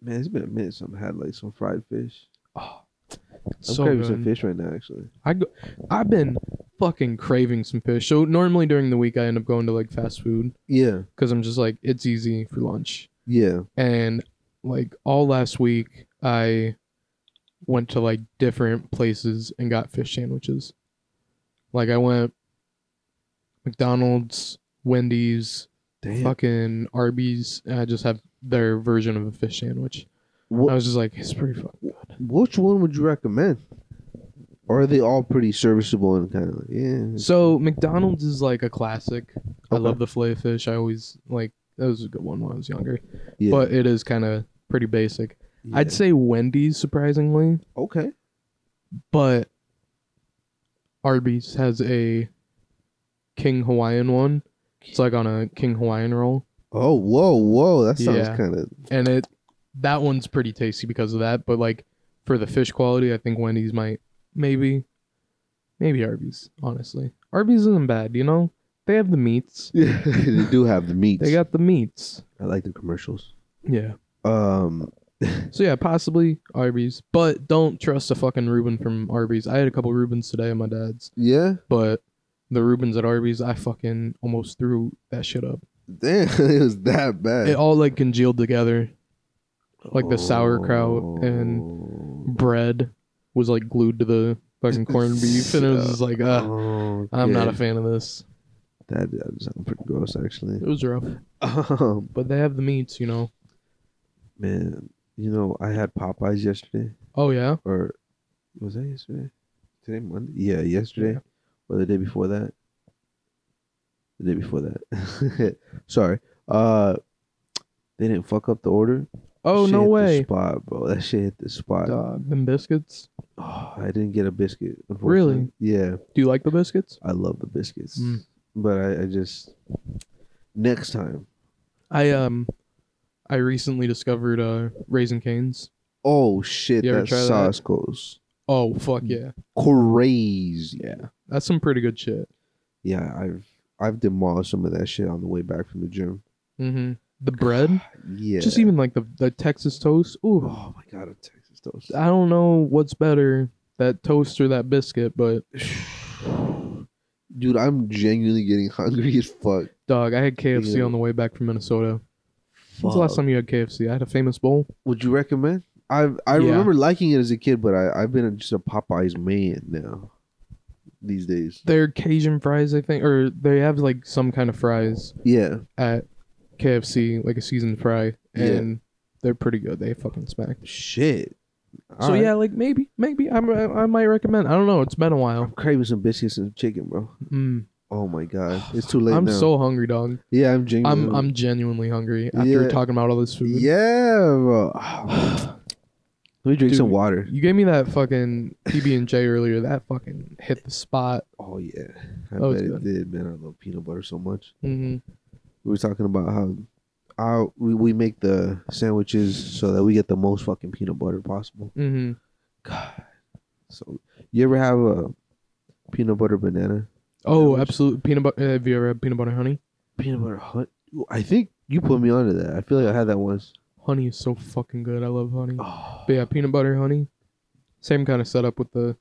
S1: Man, it's been a minute since I've had like some fried fish.
S2: Oh,
S1: I'm
S2: so
S1: craving
S2: good.
S1: some fish right now, actually.
S2: I go, I've been fucking craving some fish. So normally during the week I end up going to like fast food
S1: Yeah,
S2: because I'm just like it's easy for lunch.
S1: yeah.
S2: And like all last week I went to like different places and got fish sandwiches. Like I went McDonald's, Wendy's,
S1: Damn.
S2: fucking Arby's. And I just have their version of a fish sandwich.
S1: Wh-
S2: I was just like, it's pretty fucking good.
S1: which one would you recommend? Or are they all pretty serviceable and kind of like, yeah?
S2: So McDonald's is like a classic. I
S1: Okay.
S2: love the filet of fish. I always like that was a good one when I was younger.
S1: yeah,
S2: But it is kind of pretty basic.
S1: yeah.
S2: I'd say Wendy's surprisingly,
S1: okay.
S2: but Arby's has a King Hawaiian one. It's like on a King Hawaiian roll,
S1: Oh, whoa, whoa! That sounds
S2: Yeah.
S1: kind of
S2: and it that one's pretty tasty because of that. But like for the fish quality, I think Wendy's might maybe maybe Arby's. Honestly, Arby's isn't bad. You know, they have the meats.
S1: they do have the meats.
S2: They got the meats.
S1: I like the commercials.
S2: Yeah.
S1: Um,
S2: So yeah, possibly Arby's, but don't trust a fucking Reuben from Arby's. I had a couple Reubens today at my dad's,
S1: yeah.
S2: but the Reubens at Arby's, I fucking almost threw that shit up.
S1: Damn, it was that bad.
S2: It all like congealed together. like the sauerkraut and
S1: and
S2: Bread was like glued to the fucking corned beef, and it was just
S1: Oh.
S2: like, uh, I'm not a fan of this.
S1: That that sounds pretty gross, actually.
S2: It was rough,
S1: Um,
S2: but they have the meats, you know.
S1: man, you know, I had Popeyes yesterday,
S2: Oh yeah,
S1: or was that yesterday? Today, Monday? Yeah, yesterday, or the day before that. The day before that. Sorry. Uh, they didn't fuck up the order.
S2: oh
S1: Shit
S2: no
S1: hit the
S2: way,
S1: spot, bro. That shit hit the spot.
S2: dog. Them biscuits.
S1: Oh, I didn't get a biscuit. unfortunately. Yeah,
S2: Do you like the biscuits?
S1: I love the biscuits,
S2: Mm.
S1: but I, I just next time.
S2: I um, I recently discovered uh, raisin canes.
S1: Oh shit,
S2: You ever
S1: that
S2: try that?
S1: sauce goes
S2: Oh fuck yeah.
S1: crazy.
S2: Yeah. That's some pretty good shit.
S1: Yeah, I've I've demolished some of that shit on the way back from the gym.
S2: Mm-hmm. The bread,
S1: Yeah,
S2: just even like the, the Texas toast. Ooh,
S1: Oh my god, a Texas toast.
S2: I don't know what's better, that toast or that biscuit, but
S1: Dude, I'm genuinely getting hungry as fuck.
S2: dog, I had KFC
S1: Yeah.
S2: on the way back from Minnesota. When's
S1: fuck.
S2: the last time you had KFC? I had a famous bowl.
S1: Would you recommend? I I
S2: Yeah.
S1: remember liking it as a kid, but I I've been just a Popeyes man now. These days,
S2: They're Cajun fries, I think, or they have like some kind of fries
S1: yeah.
S2: at KFC, like a seasoned fry,
S1: Yeah.
S2: and they're pretty good. They fucking smack.
S1: Shit.
S2: so
S1: Alright.
S2: yeah, like maybe, maybe I'm, I, I might recommend. I don't know. It's been a
S1: I'm
S2: while.
S1: craving some biscuits and chicken, bro.
S2: Mm.
S1: Oh my god, it's too late
S2: I'm
S1: now.
S2: so hungry, dog.
S1: yeah, I'm genuinely.
S2: I'm I'm genuinely hungry after
S1: Yeah.
S2: talking about all this food.
S1: yeah, bro. Let me drink some
S2: Dude.
S1: water.
S2: You gave me that fucking PB and J earlier. That fucking hit the spot.
S1: Oh yeah, I
S2: That was
S1: bet it
S2: good.
S1: did, man. I love peanut butter so much.
S2: hmm
S1: We were talking about how our we, we make the sandwiches so that we get the most fucking peanut butter possible.
S2: hmm
S1: God. So you ever have a peanut butter banana?
S2: Oh,
S1: Sandwich.
S2: absolute peanut butter. Have you ever had peanut butter honey?
S1: Peanut butter hut? I think you put me onto that. I feel like I had that once.
S2: Honey is so fucking good. I love honey.
S1: Oh,
S2: But yeah, peanut butter honey. Same kind of setup with the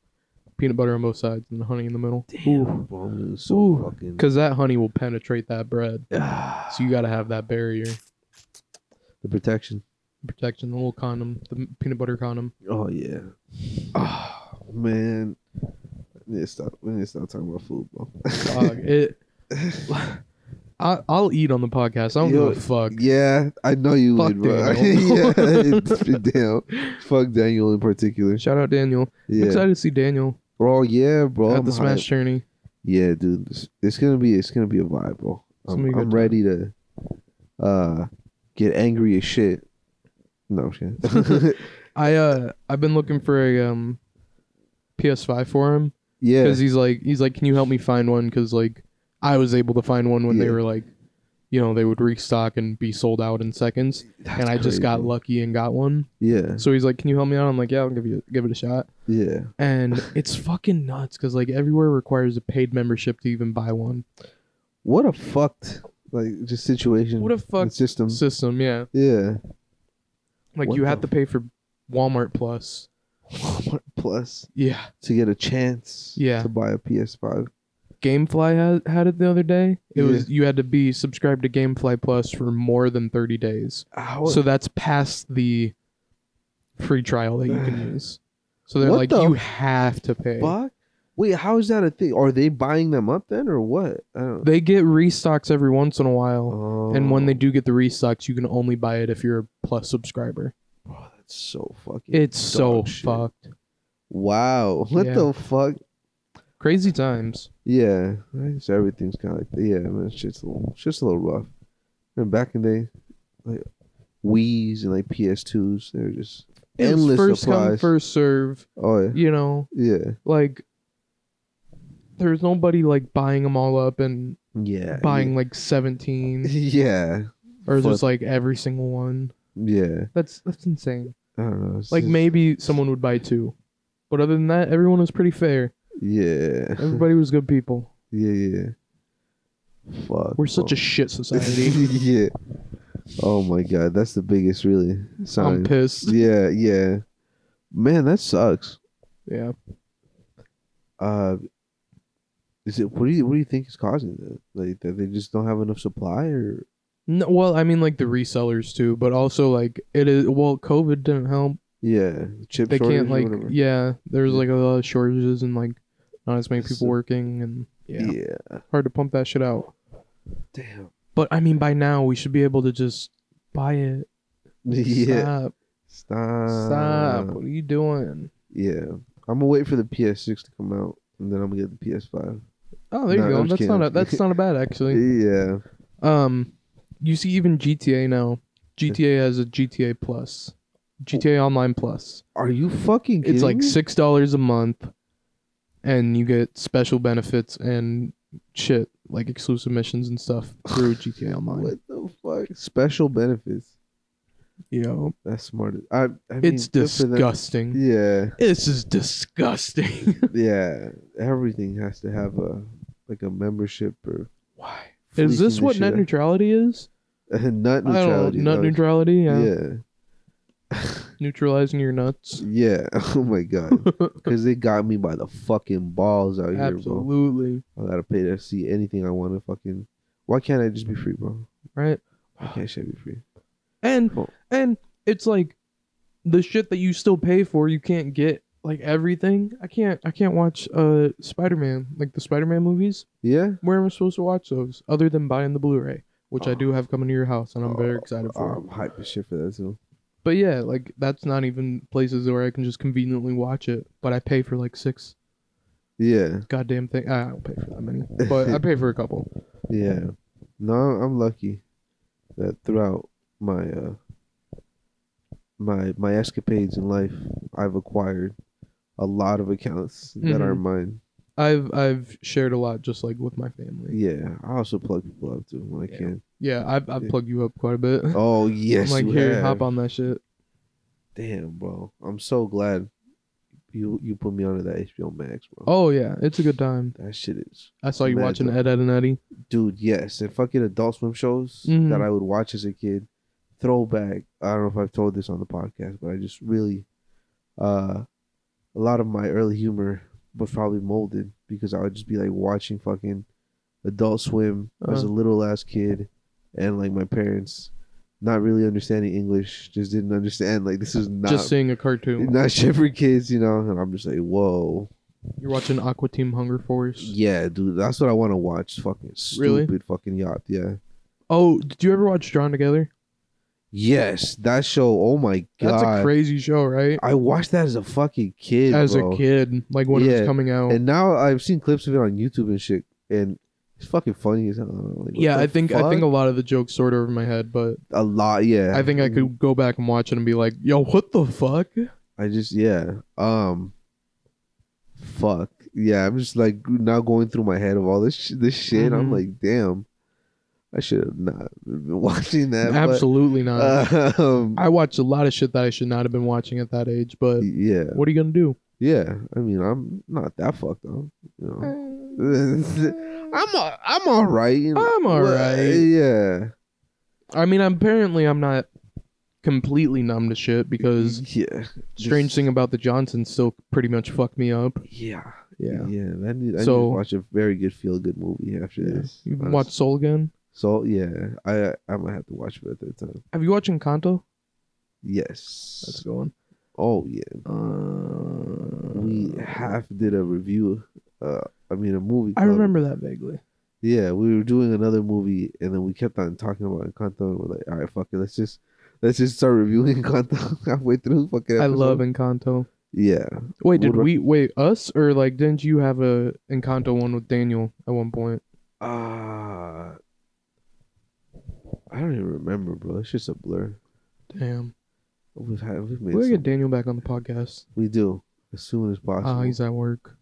S2: peanut butter on both sides and the honey in the middle.
S1: damn, bro, I'm so
S2: Ooh.
S1: fucking.
S2: Cause that honey will penetrate that bread,
S1: Ah,
S2: so you gotta have that barrier
S1: the protection.
S2: protection. The little condom, the m- peanut butter condom.
S1: Oh yeah. Oh man. We need to stop. We need to stop talking about food, bro.
S2: Dog, it. I, I'll eat on the podcast. I don't
S1: Yo,
S2: give a fuck.
S1: yeah, I know you
S2: Fuck
S1: would, bro.
S2: Daniel.
S1: yeah, it's- damn. Fuck Daniel in particular.
S2: Shout out Daniel. I'm
S1: Yeah,
S2: excited to see Daniel
S1: bro. Yeah, bro.
S2: at
S1: I'm
S2: the Smash
S1: hyped.
S2: Journey.
S1: Yeah, dude. It's, it's gonna be. It's gonna be a vibe, bro.
S2: It's
S1: I'm,
S2: gonna be a good
S1: I'm ready to, uh, get angry as shit. No shit.
S2: I uh I've been looking for a um PS5 for him
S1: yeah.
S2: because he's like he's like, can you help me find one? Because like I was able to find one when they
S1: Yeah.
S2: were like, you know, they would restock and be sold out in seconds,
S1: That's
S2: and I just got
S1: crazy.
S2: lucky and got one.
S1: Yeah.
S2: So he's like, can you help me out? I'm like, yeah, I'll give you give it a shot.
S1: Yeah.
S2: And it's fucking nuts because like everywhere requires a paid membership to even buy one.
S1: What a fucked like just situation.
S2: What a fuck
S1: and system.
S2: system, yeah.
S1: yeah.
S2: Like
S1: What
S2: you
S1: the
S2: had to pay for Walmart Plus.
S1: Walmart Plus
S2: Yeah.
S1: to get a chance
S2: Yeah.
S1: to buy a PS5.
S2: GameFly had, had it the other day. It
S1: Yeah.
S2: was you had to be subscribed to GameFly Plus for more than 30 days.
S1: How,
S2: So that's past the free trial that you can use. So they're
S1: What
S2: like
S1: the
S2: you have to pay.
S1: fuck? Wait, how is that a thing? Are they buying them up then or what? I don't
S2: They get restocks every once in a while.
S1: know. Oh,
S2: And when they do get the restocks, you can only buy it if you're a plus subscriber.
S1: Oh, that's so fucking
S2: It's so
S1: dog shit.
S2: fucked.
S1: Wow. What
S2: Yeah.
S1: the fuck?
S2: Crazy times.
S1: Yeah. I guess everything's kinda like yeah, man, shit's a little shit's a little rough. And back in the day, like Wii's and like PS2s, they were just
S2: It was
S1: endless
S2: first come,
S1: supplies.
S2: first serve.
S1: Oh yeah.
S2: You know,
S1: Yeah.
S2: like there's nobody like buying them all up and
S1: Yeah.
S2: buying like 17
S1: Yeah.
S2: or
S1: Fuck.
S2: just like every single one.
S1: Yeah.
S2: That's that's insane.
S1: I don't know. It's
S2: Like
S1: just-
S2: maybe someone would buy two. But other than that, everyone was pretty fair.
S1: Yeah.
S2: Everybody was good people.
S1: Yeah, yeah. Fuck.
S2: We're such a shit society.
S1: yeah. Oh my god, that's the biggest really
S2: I'm
S1: sign.
S2: pissed.
S1: Yeah, yeah. Man, that sucks.
S2: Yeah.
S1: Uh is it what do you what do you think is causing that? Like that they just don't have enough supply or
S2: No, well, I mean like the resellers too, but also like it is well COVID didn't help.
S1: yeah, chip
S2: They
S1: shortage
S2: can't
S1: or
S2: like
S1: whatever.
S2: yeah, there's like a lot of shortages and like not as many
S1: It's-
S2: people working and yeah,
S1: yeah.
S2: hard to pump that shit out.
S1: Damn.
S2: But I mean by now we should be able to just buy it.
S1: Yeah.
S2: Stop.
S1: Stop.
S2: Stop.
S1: Um,
S2: What are you doing?
S1: Yeah. I'm gonna wait for the PS6 to come out and then I'm gonna get the PS5.
S2: Oh, there
S1: No,
S2: you go.
S1: I'm just
S2: That's not
S1: kidding.
S2: a that's not a bad actually.
S1: Yeah.
S2: Um, you see, even GTA now, GTA has a GTA Plus, GTA Online Plus.
S1: Are you fucking kidding
S2: It's like
S1: me?
S2: six dollars a month, and you get special benefits and shit like exclusive missions and stuff through GTA Online.
S1: What the fuck? Special benefits.
S2: You know,
S1: That's smart. I, I mean,
S2: it's
S1: good for them.
S2: disgusting.
S1: Yeah,
S2: This is disgusting.
S1: yeah. Everything has to have a like a membership or
S2: Why is this
S1: Freaking
S2: what
S1: this
S2: net
S1: shit
S2: neutrality is?
S1: nut
S2: I don't
S1: neutrality.
S2: know. Nut
S1: dog.
S2: neutrality. Yeah.
S1: Yeah,
S2: neutralizing your nuts.
S1: yeah. Oh my god, because they got me by the fucking balls out here, bro.
S2: Absolutely.
S1: I gotta pay to see anything I want to fucking. Why can't I just be free, bro?
S2: Right.
S1: Why can't shit be free?
S2: And
S1: Cool.
S2: and it's like the shit that you still pay for, you can't get like everything. I can't I can't watch uh Spider-Man, like the Spider-Man movies.
S1: Yeah.
S2: Where am I supposed to watch those other than buying the Blu-ray, which I do have coming to your house and I'm very excited
S1: Oh,
S2: for.
S1: I'm hyped as shit for that too.
S2: but yeah, like that's not even places where I can just conveniently watch it, but I pay for like six
S1: Yeah,
S2: goddamn thing. I don't pay for that many, but I pay for a couple.
S1: yeah. No, I'm lucky that throughout my uh my my escapades in life, I've acquired a lot of accounts that
S2: Mm-hmm.
S1: are mine.
S2: I've I've shared a lot just like with my family.
S1: Yeah, I also plug people up too when I
S2: Yeah.
S1: can.
S2: Yeah, I've I've plugged you up quite a bit.
S1: Oh yes,
S2: I'm like
S1: you
S2: here,
S1: have.
S2: hop on that shit.
S1: Damn, bro, I'm so glad you you put me onto that HBO Max, bro.
S2: Oh yeah, it's a good time.
S1: That shit is,
S2: I saw you watching
S1: Imagine.
S2: Ed, Ed and Eddie.
S1: dude. Yes, and fucking Adult Swim shows
S2: Mhm.
S1: that I would watch as a kid. Throwback. I don't know if I've told this on the podcast, but I just really, uh, a lot of my early humor was probably molded because I would just be like watching fucking Adult Swim as a
S2: Uh-huh.
S1: little ass kid, and like my parents not really understanding English, just didn't understand like this is not
S2: Just seeing a cartoon.
S1: not shit for kids, you know. And I'm just like, whoa,
S2: You're watching Aqua Team Hunger Force.
S1: yeah, dude, that's what I want to watch. Fucking
S2: Really?
S1: stupid fucking yacht, yeah.
S2: Oh, did you ever watch Drawn Together?
S1: Yes, that show. Oh my god,
S2: That's a crazy show, right?
S1: I watched that as a fucking kid.
S2: As
S1: bro.
S2: a kid, like when it
S1: Yeah,
S2: was coming out.
S1: and now I've seen clips of it on YouTube and shit, and it's fucking funny as hell. Like, what
S2: yeah,
S1: the
S2: I think I think a
S1: fuck?
S2: lot of the jokes sort of over my head, but
S1: a lot. Yeah,
S2: I think I could go back and watch it and be like, "Yo, what the fuck?"
S1: I just yeah. Um, fuck yeah. I'm just like now going through my head of all this sh- this shit. I'm
S2: Mhm.
S1: like, damn, I should have not been watching that. but,
S2: Absolutely not.
S1: um,
S2: I watched a lot of shit that I should not have been watching at that age, but
S1: yeah,
S2: what are you gonna do?
S1: yeah. I mean, I'm not that fucked up. You know. I'm a, I'm all right. You know.
S2: I'm all
S1: Well,
S2: right.
S1: Yeah.
S2: I mean, I'm, apparently, I'm not completely numb to shit because
S1: Yeah.
S2: strange
S1: Just-
S2: thing about the Johnsons still pretty much fucked me up.
S1: Yeah.
S2: Yeah.
S1: Yeah. I need, I
S2: So-
S1: need to watch a very good feel good movie after
S2: Yeah.
S1: this.
S2: You
S1: honestly.
S2: watch Soul again?
S1: So yeah, I I might have to watch it at that time.
S2: Have you watched Encanto?
S1: Yes.
S2: That's a good one.
S1: oh yeah.
S2: Uh,
S1: We half did a review. Uh, I mean a movie.
S2: I
S1: club.
S2: remember that vaguely.
S1: Yeah, we were doing another movie, and then we kept on talking about Encanto. And we're like, all right, fuck it, let's just let's just start reviewing Encanto halfway through. Fucking.
S2: I love
S1: episode.
S2: Encanto.
S1: Yeah.
S2: Wait, did
S1: Woodward-
S2: we wait us or like didn't you have a Encanto one with Daniel at one point?
S1: Uh, I don't even remember, bro. It's just a blur.
S2: Damn,
S1: We've had we've
S2: we
S1: made
S2: gotta
S1: some-
S2: get Daniel back on the podcast.
S1: we do as soon as possible.
S2: Ah,
S1: he's,
S2: he's at work.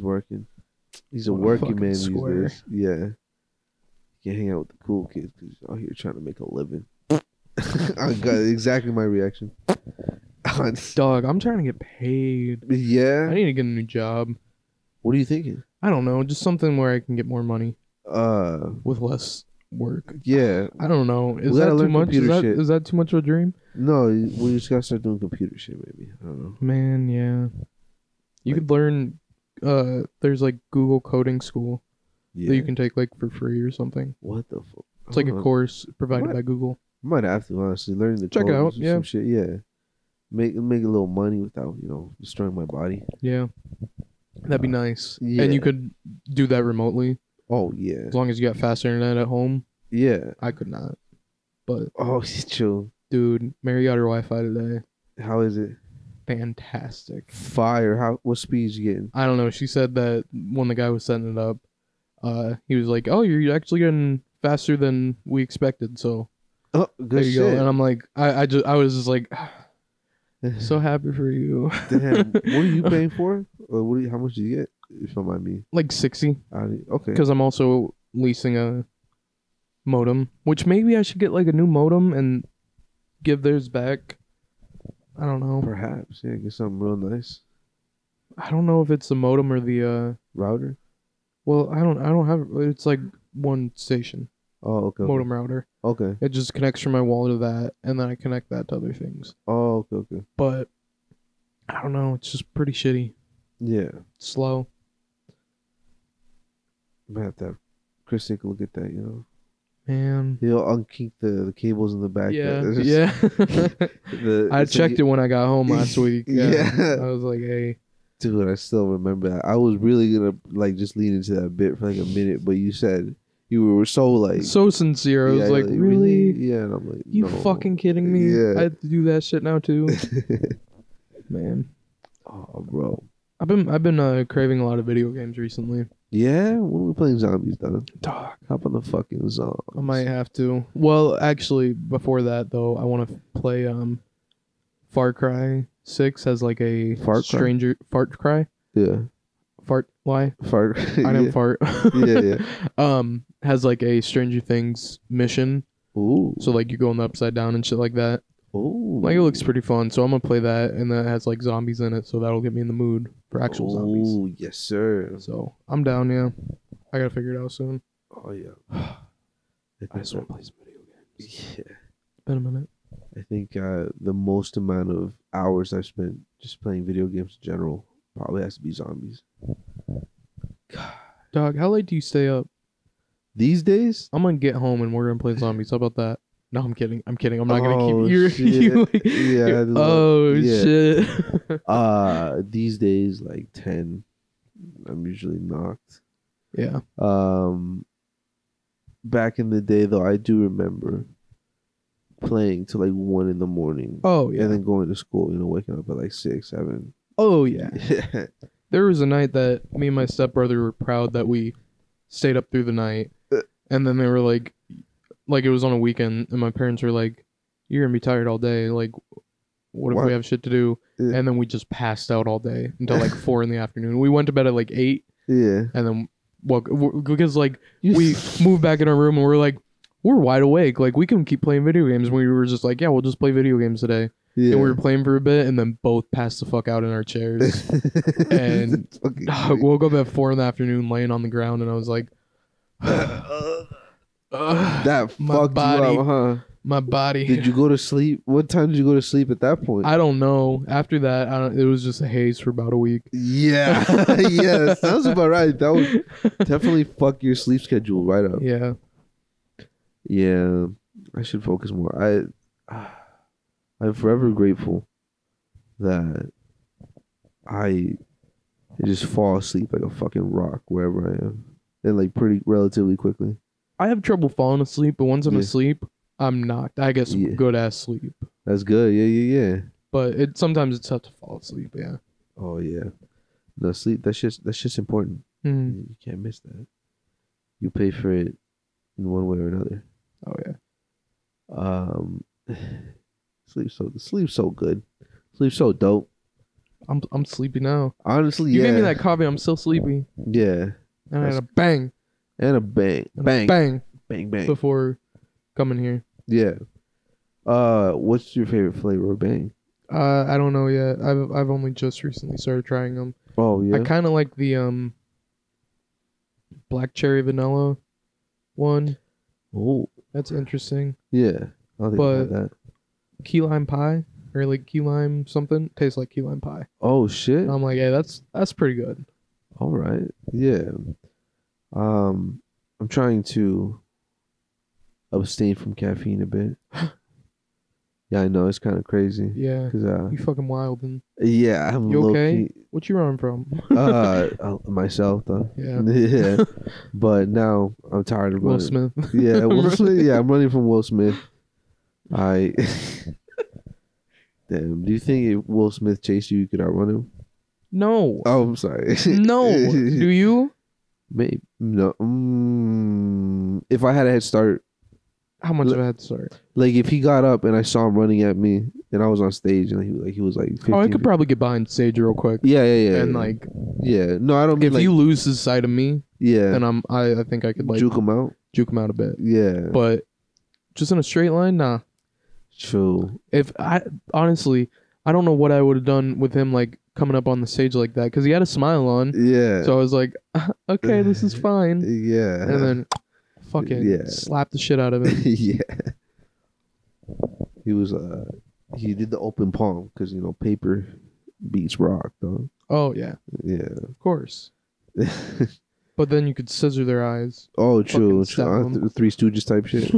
S1: working. He's a
S2: What a
S1: working
S2: fucking
S1: man
S2: square.
S1: these days. Yeah, can't hang out with the cool kids because out here trying to make a living. I got exactly my reaction.
S2: Dog, I'm trying to get paid. I
S1: yeah,
S2: need to get a new job.
S1: what are you thinking?
S2: I don't know, just something where I can get more money
S1: Uh,
S2: with less work.
S1: yeah,
S2: I don't know. Is
S1: We
S2: that
S1: gotta
S2: too
S1: learn
S2: much? Is
S1: computer
S2: that,
S1: shit.
S2: is that too much of a dream?
S1: no, we just gotta start doing computer shit. Maybe I don't know.
S2: Man, yeah.
S1: Like-
S2: You could learn uh there's like Google coding school
S1: Yeah,
S2: that you can take like for free or something.
S1: what the fuck?
S2: It's like a course provided
S1: What?
S2: by Google.
S1: Might have to honestly learn the
S2: Check it
S1: code
S2: out,
S1: or some
S2: yeah.
S1: shit. Yeah, make make a little money without you know destroying my body.
S2: Yeah. That'd be nice.
S1: Uh, yeah.
S2: And you could do that remotely
S1: Oh yeah,
S2: as long as you got fast internet at home.
S1: yeah.
S2: I could not. But
S1: Oh, chill.
S2: dude, Mary got her Wi Fi today.
S1: How is it?
S2: Fantastic.
S1: Fire. How? What speeds you getting?
S2: I don't know. She said that when the guy was setting it up, uh, he was like, Oh, you're actually getting faster than we expected, so
S1: Oh,
S2: there
S1: good
S2: you go. And
S1: shit.
S2: I'm like, I, I just I was just like "Ah, so happy for you.
S1: Damn. What are you paying for? Or what? do you- how much do you get? If you don't mind me.
S2: like sixty.
S1: I, okay.
S2: Because I'm also leasing a modem. Which maybe I should get like a new modem and give theirs back. I don't know.
S1: Perhaps. Yeah. Get something real nice.
S2: I don't know if it's the modem or the uh
S1: Router.
S2: well I don't I don't have it's like one station.
S1: Oh, okay. okay.
S2: Modem router.
S1: Okay.
S2: It just connects from my wall to that and then I connect that to other things.
S1: Oh, okay. Okay.
S2: But I don't know, it's just pretty shitty.
S1: Yeah.
S2: Slow.
S1: I'm gonna have to. Have Chris take a look at that. You know,
S2: Man.
S1: he'll unkink the, the cables in the back.
S2: Yeah.
S1: It's just-
S2: Yeah.
S1: the-
S2: I
S1: it's like-
S2: checked it when I got home last week. Yeah.
S1: Yeah.
S2: I was like, hey.
S1: Dude, I still remember that. I was really gonna like just lean into that bit for like a minute, but you said you were so like
S2: So sincere. I
S1: yeah,
S2: was like,
S1: you're
S2: really?
S1: Yeah, and I'm like,
S2: You
S1: no.
S2: fucking kidding me?
S1: Yeah.
S2: I have to do that shit now too. Man.
S1: oh, bro.
S2: I've been I've been uh, craving a lot of video games recently.
S1: Yeah, when we playing zombies, done.
S2: Dog.
S1: Hop on the fucking zombies.
S2: I might have to. Well, actually, before that though, I want to play um, Far Cry Six has like a
S1: Far Cry?
S2: stranger fart cry
S1: Yeah,
S2: fart lie.
S1: fart.
S2: I didn't
S1: yeah.
S2: fart.
S1: yeah, yeah.
S2: um, has like a Stranger Things mission.
S1: Ooh,
S2: So like you're going upside down and shit like that.
S1: ooh,
S2: Like it looks pretty fun, so I'm gonna play that, and that has like zombies in it, so that'll get me in the mood for actual
S1: Oh.
S2: zombies.
S1: Ooh, yes, sir.
S2: So I'm down, yeah. I gotta figure it out soon.
S1: Oh yeah.
S2: I just want to play some video games.
S1: Yeah.
S2: It's been a minute.
S1: I think uh, the most amount of hours I've spent just playing video games in general probably has to be zombies.
S2: Dog, how late do you stay up?
S1: These days,
S2: I'm gonna get home and we're gonna play zombies. How about that? No, I'm kidding. I'm kidding. I'm not gonna
S1: Oh,
S2: keep you're,
S1: shit.
S2: you. Like,
S1: Yeah,
S2: you're-
S1: I do.
S2: oh
S1: Yeah.
S2: shit.
S1: uh, these days like ten, I'm usually knocked.
S2: yeah.
S1: Um, back in the day though, I do remember playing till like one in the morning,
S2: Oh yeah.
S1: and then going to school. You know, waking up at like six, seven.
S2: oh yeah.
S1: Yeah.
S2: There was a night that me and my stepbrother were proud that we stayed up through the night.
S1: Uh.
S2: And then they were like, like it was on a weekend, and my parents were like, "You're gonna be tired all day. Like, what if
S1: What?
S2: we have shit to do?"
S1: Uh.
S2: And then we just passed out all day until like four in the afternoon. We went to bed at like eight,
S1: yeah.
S2: and then well, because like we moved back in our room and we're like, we're wide awake. Like we can keep playing video games. We were just like, yeah, we'll just play video games today.
S1: yeah.
S2: And we were playing for a bit, and then both passed the fuck out in our chairs. and-
S1: Fucking
S2: I woke up at four in the afternoon, laying on the ground, and I was like, Ugh,
S1: That
S2: My
S1: fucked
S2: body.
S1: you up, huh?
S2: my body.
S1: Did you go to sleep? What time did you go to sleep at that point?
S2: I don't know. After that, I don't, it was just a haze for about a week.
S1: yeah, yeah, that sounds about right. That would definitely fuck your sleep schedule right up.
S2: yeah.
S1: Yeah, I should focus more. I, I'm forever grateful that I just fall asleep like a fucking rock wherever I am, and like pretty relatively quickly.
S2: I have trouble falling asleep, but once I'm
S1: Yeah.
S2: asleep, I'm knocked. I get some
S1: Yeah.
S2: good ass sleep,
S1: That's good. Yeah, yeah, yeah.
S2: but it sometimes it's tough to fall asleep. Yeah.
S1: Oh yeah. No sleep. That's just that's just important.
S2: Mm.
S1: You can't miss that. You pay for it in one way or another.
S2: Oh yeah.
S1: Um, sleep so sleep so good. Sleep so dope.
S2: I'm I'm sleepy now.
S1: Honestly,
S2: You
S1: yeah,
S2: gave me that coffee. I'm still sleepy.
S1: yeah.
S2: And I had
S1: That's-
S2: a bang,
S1: and a bang,
S2: and a
S1: bang, bang,
S2: bang
S1: bang,
S2: before coming here.
S1: Yeah. Uh, what's your favorite flavor of bang?
S2: Uh, I don't know yet. I've I've only just recently started trying them.
S1: Oh yeah,
S2: I kind of like the um black cherry vanilla one.
S1: oh
S2: That's interesting.
S1: yeah. I don't think I had
S2: But-
S1: that.
S2: Key lime pie or like key lime something tastes like key lime pie.
S1: Oh shit.
S2: And I'm like, yeah, that's that's pretty good.
S1: All right. Yeah. Um, I'm trying to abstain from caffeine a bit. yeah, I know it's kind of crazy.
S2: Yeah,
S1: Cause uh,
S2: you fucking wild. And
S1: yeah, I'm
S2: You
S1: low
S2: okay?
S1: key-
S2: what you run from?
S1: uh, uh, myself though.
S2: Yeah.
S1: yeah. But now I'm tired of
S2: Will
S1: running.
S2: Smith.
S1: Yeah, Will Smith. Yeah, I'm running from Will Smith. I. Damn. Do you think if Will Smith chased you, you could outrun him?
S2: No,
S1: Oh, I'm sorry.
S2: no. Do you?
S1: Maybe no. Mm, if I had a head start,
S2: How much
S1: Look-
S2: of a head start?
S1: like if he got up and I saw him running at me, and I was on stage, and he like he was like, 15
S2: Oh, I could
S1: feet-
S2: probably get behind Sage real quick.
S1: yeah, yeah, yeah,
S2: and
S1: yeah.
S2: like,
S1: yeah. No, I don't mean
S2: if
S1: like
S2: you lose his sight of me,
S1: yeah,
S2: then I'm I, I think I could like
S1: juke him out.
S2: juke him out a bit.
S1: Yeah,
S2: But just in a straight line, nah.
S1: true.
S2: If I honestly, I don't know what I would have done with him like coming up on the stage like that because he had a smile on.
S1: Yeah,
S2: So I was like, okay, this is fine.
S1: yeah,
S2: And then fucking
S1: Yeah.
S2: slap the shit out of him.
S1: yeah. He was uh he did the open palm because you know paper beats rock though.
S2: Oh yeah,
S1: Yeah.
S2: of course. But then you could scissor their eyes.
S1: oh, true. true.
S2: Fucking step
S1: Uh,
S2: on.
S1: th- Three Stooges type shit.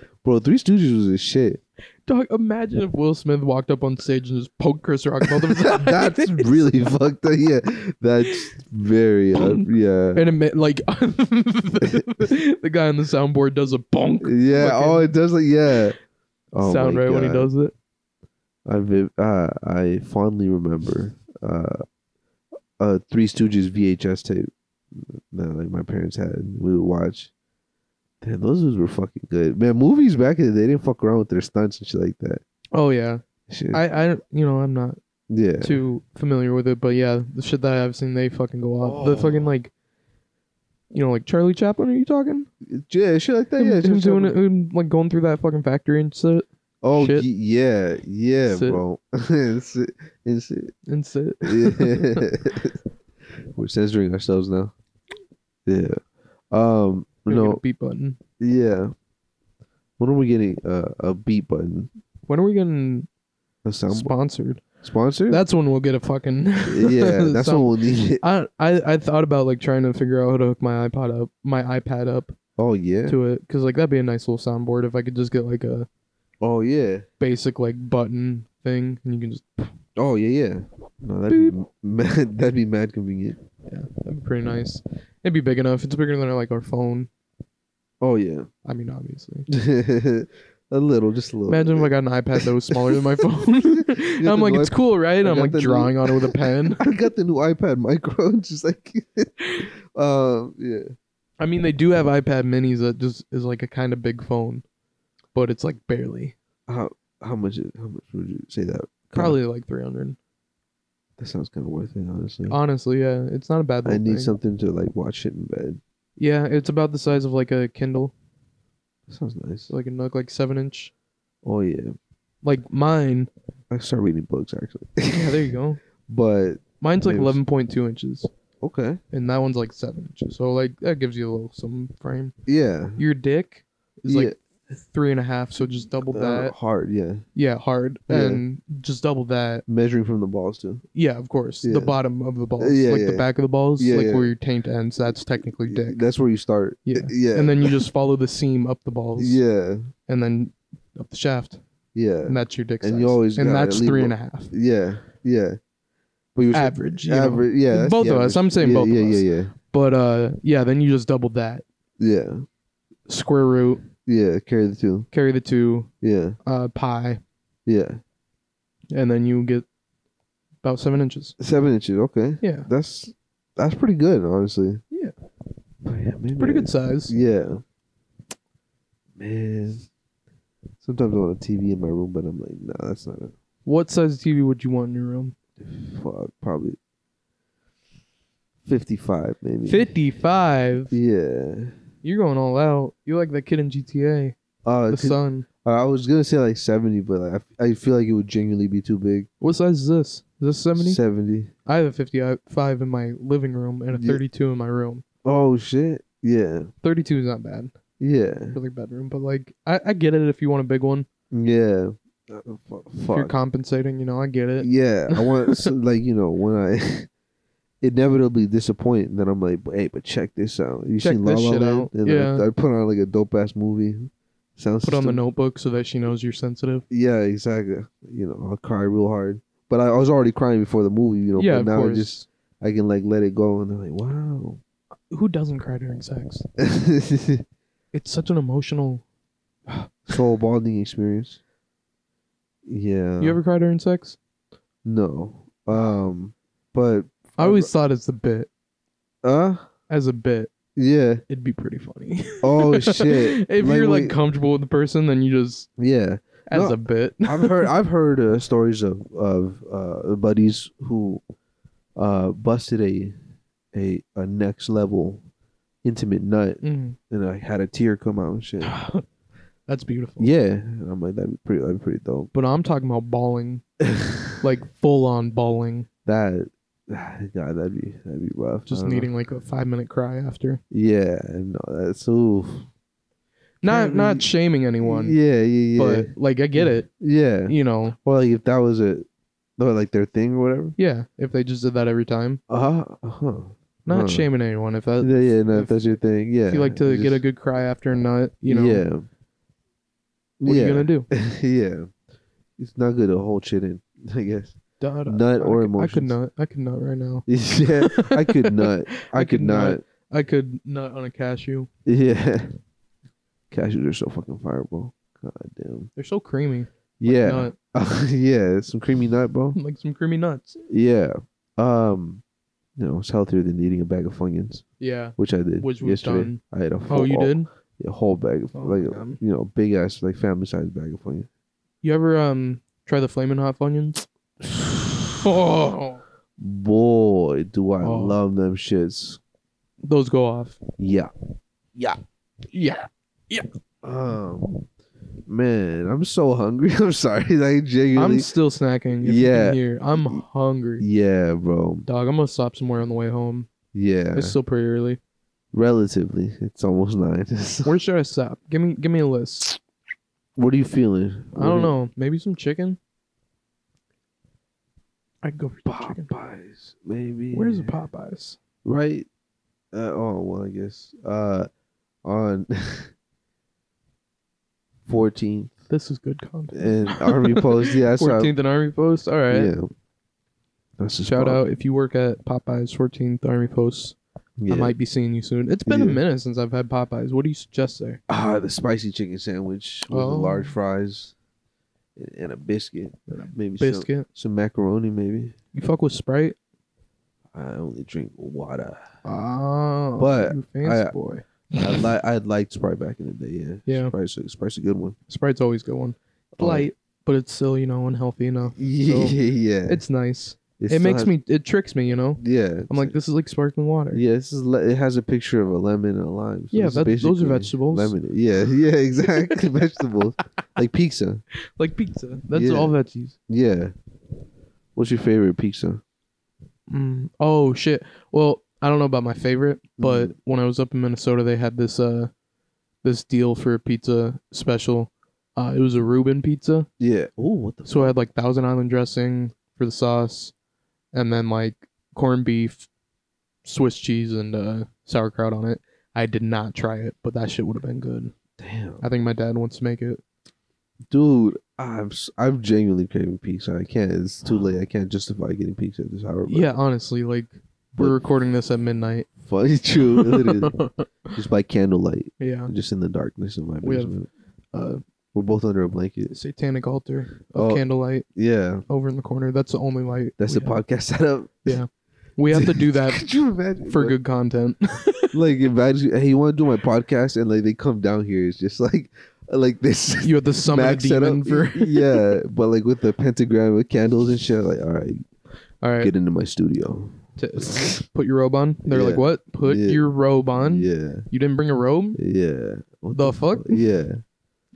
S1: Bro, Three Stooges was a shit.
S2: Dog, imagine if Will Smith walked up on stage and just poked Chris Rock in both of his eyes.
S1: that's really fucked up. Yeah, that's very uh, yeah.
S2: and it meant, like the, the guy on the soundboard does a bonk
S1: Yeah.
S2: Fucking-
S1: Oh, it does like yeah. Oh
S2: sound
S1: my
S2: right when he
S1: God.
S2: does it.
S1: I vi- uh, I fondly remember uh, a Three Stooges VHS tape that like my parents had. And we would watch. Damn, those dudes were fucking good, man. Movies back in the day they didn't fuck around with their stunts and shit like that.
S2: Oh yeah,
S1: Shit.
S2: I I you know I'm not
S1: yeah.
S2: too familiar with it, but yeah, the shit that I've seen, they fucking go off.
S1: Oh.
S2: The fucking like, you know, like Charlie Chaplin. Are you talking?
S1: Yeah, shit like that.
S2: Him-
S1: Yeah,
S2: him
S1: shit-
S2: doing it, him, like going through that fucking factory and shit
S1: Oh
S2: shit.
S1: y- yeah, yeah,
S2: Sit.
S1: bro. It's it. It's it.
S2: and shit.
S1: Yeah. We're censoring ourselves now. Yeah. Um.
S2: Gotta get
S1: No.
S2: a beat button.
S1: Yeah. When are we getting uh, a beat button?
S2: When are we getting
S1: A sound bo-
S2: sponsored?
S1: sponsor?
S2: That's when we'll get a fucking
S1: yeah, that's
S2: sound-
S1: what we'll need. It.
S2: I, I I thought about like trying to figure out how to hook my iPod up, my iPad up
S1: Oh yeah.
S2: to it, because like that'd be a nice little soundboard if I could just get like a
S1: Oh yeah.
S2: basic like button thing, and you can just
S1: Oh yeah yeah. No, that'd be mad. That'd be mad convenient.
S2: yeah, that'd be pretty nice. It'd be big enough. It's bigger than like our phone.
S1: Oh yeah.
S2: I mean, obviously.
S1: a little, just a little.
S2: Imagine if I got an iPad that was smaller than my phone. And I'm
S1: the
S2: like,
S1: new
S2: it's
S1: iP-
S2: cool, right?
S1: I
S2: I'm
S1: got
S2: like
S1: the new-
S2: drawing on it with a pen.
S1: I got the new iPad Micro. It's just like, um, yeah.
S2: I mean, they do have iPad minis that just is like a kind of big phone, but it's like barely.
S1: How how much? is- How much would you say that?
S2: Probably like 300.
S1: That sounds kind of worth it, honestly.
S2: Honestly, yeah, it's not a bad.
S1: I
S2: little
S1: need
S2: thing.
S1: something to like watch shit in bed.
S2: Yeah, it's about the size of like a Kindle,
S1: That sounds nice.
S2: so like a Nook, like seven inch.
S1: Oh yeah.
S2: Like mine.
S1: I start reading books actually.
S2: Yeah, there you go.
S1: But
S2: Mine's like
S1: Maybe it's-
S2: 11.2 inches.
S1: Okay.
S2: and that one's like seven inches. So like that gives you a little some frame.
S1: Yeah.
S2: Your dick is like three and a half, so just double
S1: Yeah. Uh,
S2: that.
S1: hard. Yeah.
S2: Yeah, hard,
S1: Yeah.
S2: and just double that.
S1: Measuring from the balls too.
S2: Yeah, of course,
S1: Yeah.
S2: the bottom of the balls,
S1: yeah,
S2: like
S1: yeah.
S2: the back of the balls,
S1: Yeah,
S2: like
S1: yeah.
S2: where your taint ends. That's technically dick.
S1: That's where you start.
S2: Yeah.
S1: Yeah.
S2: And then you just follow the seam up the balls,
S1: yeah.
S2: and then up the shaft,
S1: Yeah.
S2: and that's your dick
S1: And
S2: size.
S1: you always
S2: and
S1: gotta
S2: that's
S1: leave
S2: three
S1: a-
S2: and a half.
S1: Yeah. Yeah. But you said-
S2: Average, you know.
S1: average. Yeah. that's
S2: Both
S1: the
S2: of us, I'm saying
S1: yeah,
S2: both of
S1: yeah,
S2: us.
S1: Yeah. Yeah.
S2: But uh, yeah, then you just double that
S1: Yeah.
S2: square root,
S1: Yeah. Carry the two.
S2: carry the two,
S1: Yeah.
S2: uh, pi,
S1: Yeah.
S2: and then you get about seven inches.
S1: Seven inches. Okay.
S2: Yeah,
S1: That's that's pretty good, honestly.
S2: Yeah.
S1: Oh, yeah maybe
S2: pretty
S1: I-
S2: good size.
S1: Yeah. Man. Sometimes I want a TV in my room, but I'm like, nah, that's not it.
S2: What size TV would you want in your room?
S1: Fuck, probably 55, maybe.
S2: Fifty-five.
S1: Yeah.
S2: You're going all out. You're like that kid in GTA,
S1: Uh,
S2: the
S1: 'cause
S2: son.
S1: I was going to say like 70, but like, I, I feel like it would genuinely be too big.
S2: What size is this? Is this seventy?
S1: 70.
S2: I have a fifty-five in my living room and a
S1: Yeah.
S2: thirty-two in my room.
S1: Oh, shit. Yeah.
S2: Thirty-two is not bad
S1: Yeah.
S2: for like bedroom, but like I, I get it if you want a big one.
S1: Yeah. Uh, fu-
S2: If you're
S1: Fuck.
S2: compensating, you know, I get it.
S1: Yeah, I want so, like you know when I inevitably disappoint, then I'm like, hey, but check this out. You
S2: Check
S1: seen La
S2: this
S1: La
S2: shit
S1: Land?
S2: out.
S1: And I-
S2: Yeah.
S1: I, put on like a dope ass movie. Sounds
S2: Put on the notebook so that she knows you're sensitive.
S1: yeah, exactly. You know, I'll cry real hard. But I, I was already crying before the movie, you know.
S2: yeah,
S1: but
S2: of
S1: now
S2: course.
S1: I just I can like let it go, and I'm like, wow.
S2: Who doesn't cry during sex? It's such an emotional.
S1: Soul bonding experience. Yeah.
S2: You ever cry during sex?
S1: No. Um. But
S2: I always thought it's a bit.
S1: uh.
S2: As a bit,
S1: Yeah.
S2: it'd be pretty funny.
S1: Oh shit.
S2: if you're like
S1: wait-
S2: comfortable with the person, then you just
S1: yeah.
S2: as
S1: No.
S2: a bit.
S1: I've heard I've heard uh, stories of of uh, buddies who uh, busted a a a next level intimate nut,
S2: Mm.
S1: and I had a tear come out and shit.
S2: That's beautiful.
S1: Yeah, and I'm like that'd be pretty that'd be pretty dope.
S2: But I'm talking about bawling, like full on bawling,
S1: That God, that'd be that'd be rough. I
S2: just
S1: don't know.
S2: needing like a five minute cry after.
S1: Yeah, no, that's oof.
S2: Not
S1: Yeah,
S2: not
S1: we-
S2: shaming anyone,
S1: Yeah, yeah, yeah,
S2: but like I get it.
S1: yeah.
S2: You know,
S1: Well, like if that was a or like their thing or whatever.
S2: yeah. If they just did that every time,
S1: Uh huh. Uh-huh.
S2: not
S1: Huh.
S2: shaming anyone. If that
S1: Yeah, yeah, no, if
S2: Uh, if-
S1: that's your thing. Yeah.
S2: if you like to get a good cry after a nut, you know,
S1: Yeah.
S2: what
S1: yeah.
S2: are you gonna do?
S1: yeah, it's not good to hold shit in. I guess.
S2: Da- da-
S1: Nut
S2: I
S1: or
S2: could- I could
S1: emotions.
S2: nut. I could nut right now.
S1: yeah, I could not. I,
S2: I
S1: could
S2: could
S1: not.
S2: I could nut on a cashew.
S1: Yeah, cashews are so fucking fire, bro. God damn.
S2: They're so creamy.
S1: Yeah,
S2: Nut.
S1: yeah. Some creamy nut, bro.
S2: Like some creamy nuts.
S1: Yeah. Um, you know, it's healthier than eating a bag of Funyuns,
S2: Yeah.
S1: which I did
S2: Which was
S1: yesterday.
S2: done.
S1: I had a
S2: Oh,
S1: full,
S2: you did?
S1: a whole bag of
S2: Oh,
S1: like a-
S2: man.
S1: you know big ass like family sized bag of Funyuns.
S2: You ever um try the flaming hot Funyuns? Oh,
S1: Boy, do I
S2: Oh.
S1: love them shits.
S2: those go off.
S1: Yeah.
S2: Yeah.
S1: Um, man, I'm so hungry. I'm sorry. Like genuinely.
S2: I'm still snacking. if you
S1: Yeah.
S2: can hear. I'm hungry.
S1: yeah, bro.
S2: Dog, I'm gonna stop somewhere on the way home.
S1: Yeah.
S2: It's still pretty early.
S1: Relatively, it's almost nine.
S2: Where should I stop? Give me give me a list.
S1: what are you feeling?
S2: I don't know. Maybe some chicken. I could go for some chicken.
S1: Popeyes, maybe.
S2: Where's the Popeyes?
S1: Right. Uh, oh well, I guess. Uh, on. 14th
S2: This is good content.
S1: and Eh, Army Post. Yeah, that's right.
S2: 14th and Army Post. All right.
S1: Yeah. That's the
S2: Shout
S1: spot.
S2: out if you work at Popeyes 14th Army Post.
S1: Yeah.
S2: I might be seeing you soon. It's been a
S1: Yeah.
S2: minute since I've had Popeyes. What do you suggest there?
S1: Ah, the spicy chicken sandwich with the
S2: Oh.
S1: large fries and- and a biscuit. Maybe some,
S2: Biscuit.
S1: some macaroni, maybe.
S2: You fuck with Sprite?
S1: I only drink water.
S2: Oh,
S1: But
S2: you fancy
S1: I-
S2: boy.
S1: I li- I liked Sprite back in the day. Yeah.
S2: Yeah.
S1: Sprite's, a- Sprite's a good one.
S2: Sprite's always a good one.
S1: Oh.
S2: Light, but it's still you know unhealthy enough.
S1: Yeah, yeah.
S2: It's nice.
S1: It
S2: It,
S1: still
S2: makes
S1: has-
S2: me. It tricks me. You know.
S1: Yeah.
S2: I'm like this is like sparkling water.
S1: Yeah, this is le- it has a picture of a lemon and a lime.
S2: Yeah,
S1: it's
S2: that's- those are
S1: basically
S2: vegetables.
S1: Lemon. Yeah, yeah, exactly. vegetables like pizza.
S2: Like pizza. That's
S1: Yeah.
S2: all veggies.
S1: Yeah. What's your favorite pizza?
S2: Mm. Oh shit. Well, I don't know about my favorite,
S1: Mm.
S2: but when I was up in Minnesota, they had this uh this deal for a pizza special. Uh, it was a Reuben pizza,
S1: Yeah. Oh, what the?
S2: so I had like Thousand Island dressing for the sauce, and then like corned beef, Swiss cheese, and uh, sauerkraut on it. I did not try it, but that shit would have been good.
S1: Damn,
S2: I think my dad wants to make it.
S1: dude. I'm s- I'm genuinely craving pizza. I can't. It's too late. I can't justify getting pizza at this hour. but
S2: Yeah, honestly, like we're
S1: But-
S2: recording this at midnight.
S1: Funny, true. It is. Just by candlelight,
S2: yeah,
S1: just in the darkness of my
S2: We have-
S1: basement.
S2: uh,
S1: We're both under a blanket.
S2: satanic altar of
S1: Oh.
S2: candlelight
S1: Yeah,
S2: over in the corner. That's the only light.
S1: that's
S2: we
S1: the
S2: have.
S1: podcast setup.
S2: We have to do that
S1: Could you imagine?
S2: for
S1: like,
S2: good content.
S1: Like, imagine, hey, you want to do my podcast, and like they come down here. It's just like, like this.
S2: You have to summon a
S1: Max
S2: demon
S1: setup.
S2: for.
S1: yeah, but like with the pentagram with candles and shit. Like, all right,
S2: All right,
S1: get into my studio.
S2: t- put your robe on. They're like,
S1: Yeah.
S2: "What? Put
S1: Yeah.
S2: your robe on?
S1: Yeah,
S2: You didn't bring a robe?
S1: yeah. What
S2: The fuck?
S1: Yeah,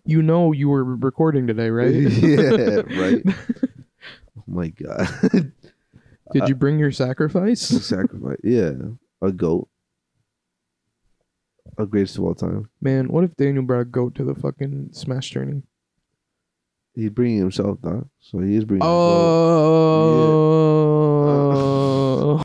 S2: You know you were recording today, right?
S1: yeah, right. Oh my god,
S2: Did you bring your sacrifice?
S1: sacrifice. Yeah, a goat, a greatest of all time.
S2: Man, what if Daniel brought a goat to the fucking Smash Journey?
S1: He's bringing himself, though, so he is bringing. a goat.
S2: Oh,